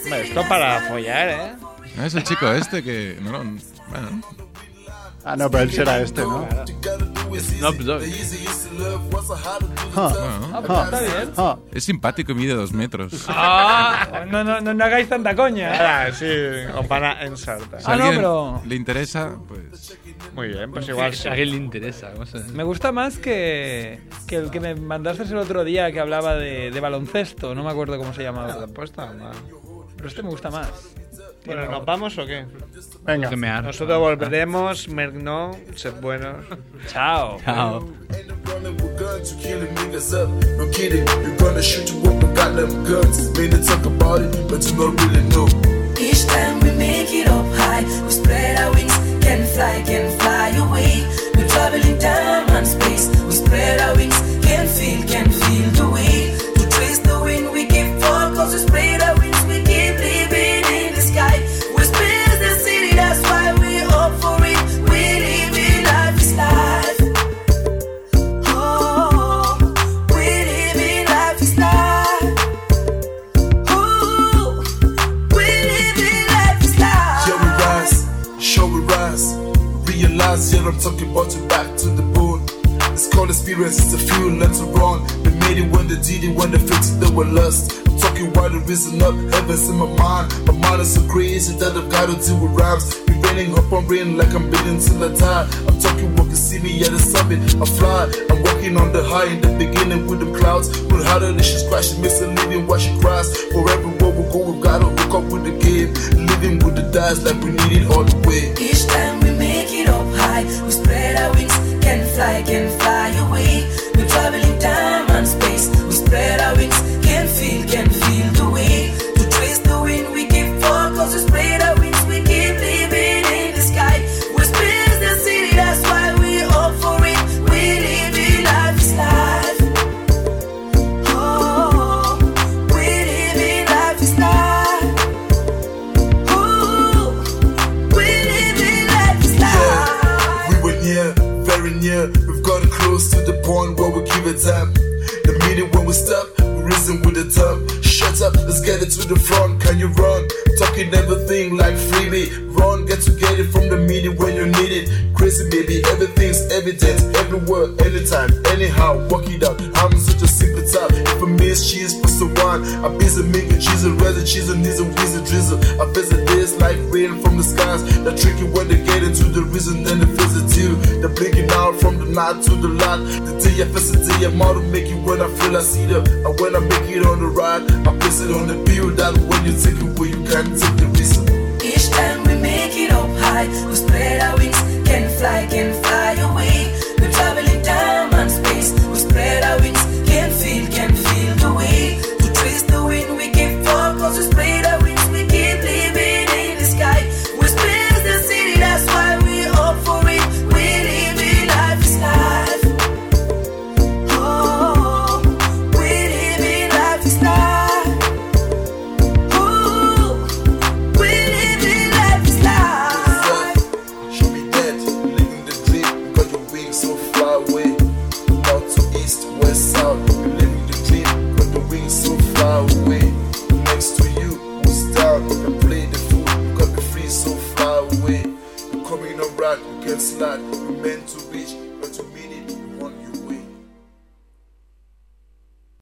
[SPEAKER 1] Hombre, esto para follar, ¿eh?
[SPEAKER 4] Ah, Es el chico este que... No, no, bueno.
[SPEAKER 8] Ah, no, pero él será este, ¿no?
[SPEAKER 6] Snoop Dogg.
[SPEAKER 4] bueno.
[SPEAKER 2] pues
[SPEAKER 8] Ah, ah.
[SPEAKER 4] Es simpático y mide dos metros.
[SPEAKER 2] Ah,
[SPEAKER 6] Ah.
[SPEAKER 2] No, no, no, no hagáis tanta coña.
[SPEAKER 1] Ah, sí, o para ensartar.
[SPEAKER 4] Si
[SPEAKER 2] Ah, no,
[SPEAKER 4] alguien
[SPEAKER 2] pero-
[SPEAKER 4] le interesa, pues...
[SPEAKER 1] Muy bien, pues
[SPEAKER 2] <laughs>
[SPEAKER 1] igual sí.
[SPEAKER 6] A quién le interesa. No sé.
[SPEAKER 2] Me gusta más que, que el que me mandaste el otro día que hablaba de, de baloncesto. No me acuerdo cómo se llamaba. Pero este me gusta más.
[SPEAKER 1] Bueno, ¿nos vamos o qué?
[SPEAKER 8] Venga.
[SPEAKER 6] Que me ar-
[SPEAKER 1] Nosotros volveremos, Merck no, sed buenos.
[SPEAKER 2] Chao.
[SPEAKER 6] Chao.
[SPEAKER 9] Ain't no running with guns, you killing niggas up. No kidding, we gonna shoot you up and got them guns. Made to talk about it, but you don't really know.
[SPEAKER 10] Each time we make it up high, we spread our wings, can fly, can fly away. We're traveling time and space, we spread our wings, can feel, can feel the way. To trace the wind, we give forth, cause we spread our wings, we keep living in the sky. We space the city, that's why we up for it. We live it, life is life. Oh, we live it, life is life. Ooh. We live in life is life.
[SPEAKER 9] Yeah, we rise, sure we rise. Realize, yeah, I'm talking about you back to the bone. It's called experience, it's a fuel, not to wrong. They made it when they did it, when they fixed it, they were lost. I'm talking why the reason up, heaven's in my mind. My mind is so crazy that I've got to deal with rhymes. Be raining up on rain like I'm bleeding till I die. I'm talking, walking, see me at the summit, I fly. I'm walking on the high in the beginning with the clouds. But how the she's crashing, makes a living while she cries. For everywhere we go, we gotta hook up with the game. Living with the dice like we need it all the way.
[SPEAKER 10] Each time we make it up high, we spread our wings, can fly, can fly away. We're traveling time and space. We spread our wings, can feel, can feel the way. To trace the wind we give for, cause we spread our wings, we keep living in the sky. We space the city, that's why we hope for it. We live it, life is life. Oh, we live it, life is life. Ooh, we live it, life is life.
[SPEAKER 9] We were near, very near. We've gotten close to the point where we give it up. The minute when we stop, we reason with the time. Shut up, let's get it to the front. Can you run? Talking everything like freebie. Run, get to get it from the minute when you need it. Crazy baby, everything's evident. Everywhere, anytime, anyhow. Walk it out. I'm such a simple type. If I miss cheese, plus the wine. I'm busy making cheese and rather cheese and needs a wizard drizzle. I visit this like rain from the skies. The tricky when they get into the reason, then they visit you. They're blinking out from the night to the light. The day I visit the day I'm out to make it when I feel I see the. And when I make it on the ride, I place it on the bill that when you take it where you can't take the reason.
[SPEAKER 10] Each time we make it up high, we spread our wings, can fly, can fly away. We're traveling time and space, we spread our wings, can feel, can feel the way. To trace the wind we give for, cause we spread our wings, we keep living in the sky. We space the city, that's why we hope for it. We live it, life is life. Oh, we live it, life is life. Ooh. We live in life is life.
[SPEAKER 9] Should be dead, living the dream. Got your wings so far away. North to east, west, south. You're living the dream. Got your wings so far away. Next to you, who's down? You can play the fool. You got me free so far away. You're coming around, you can slide. You're meant to reach.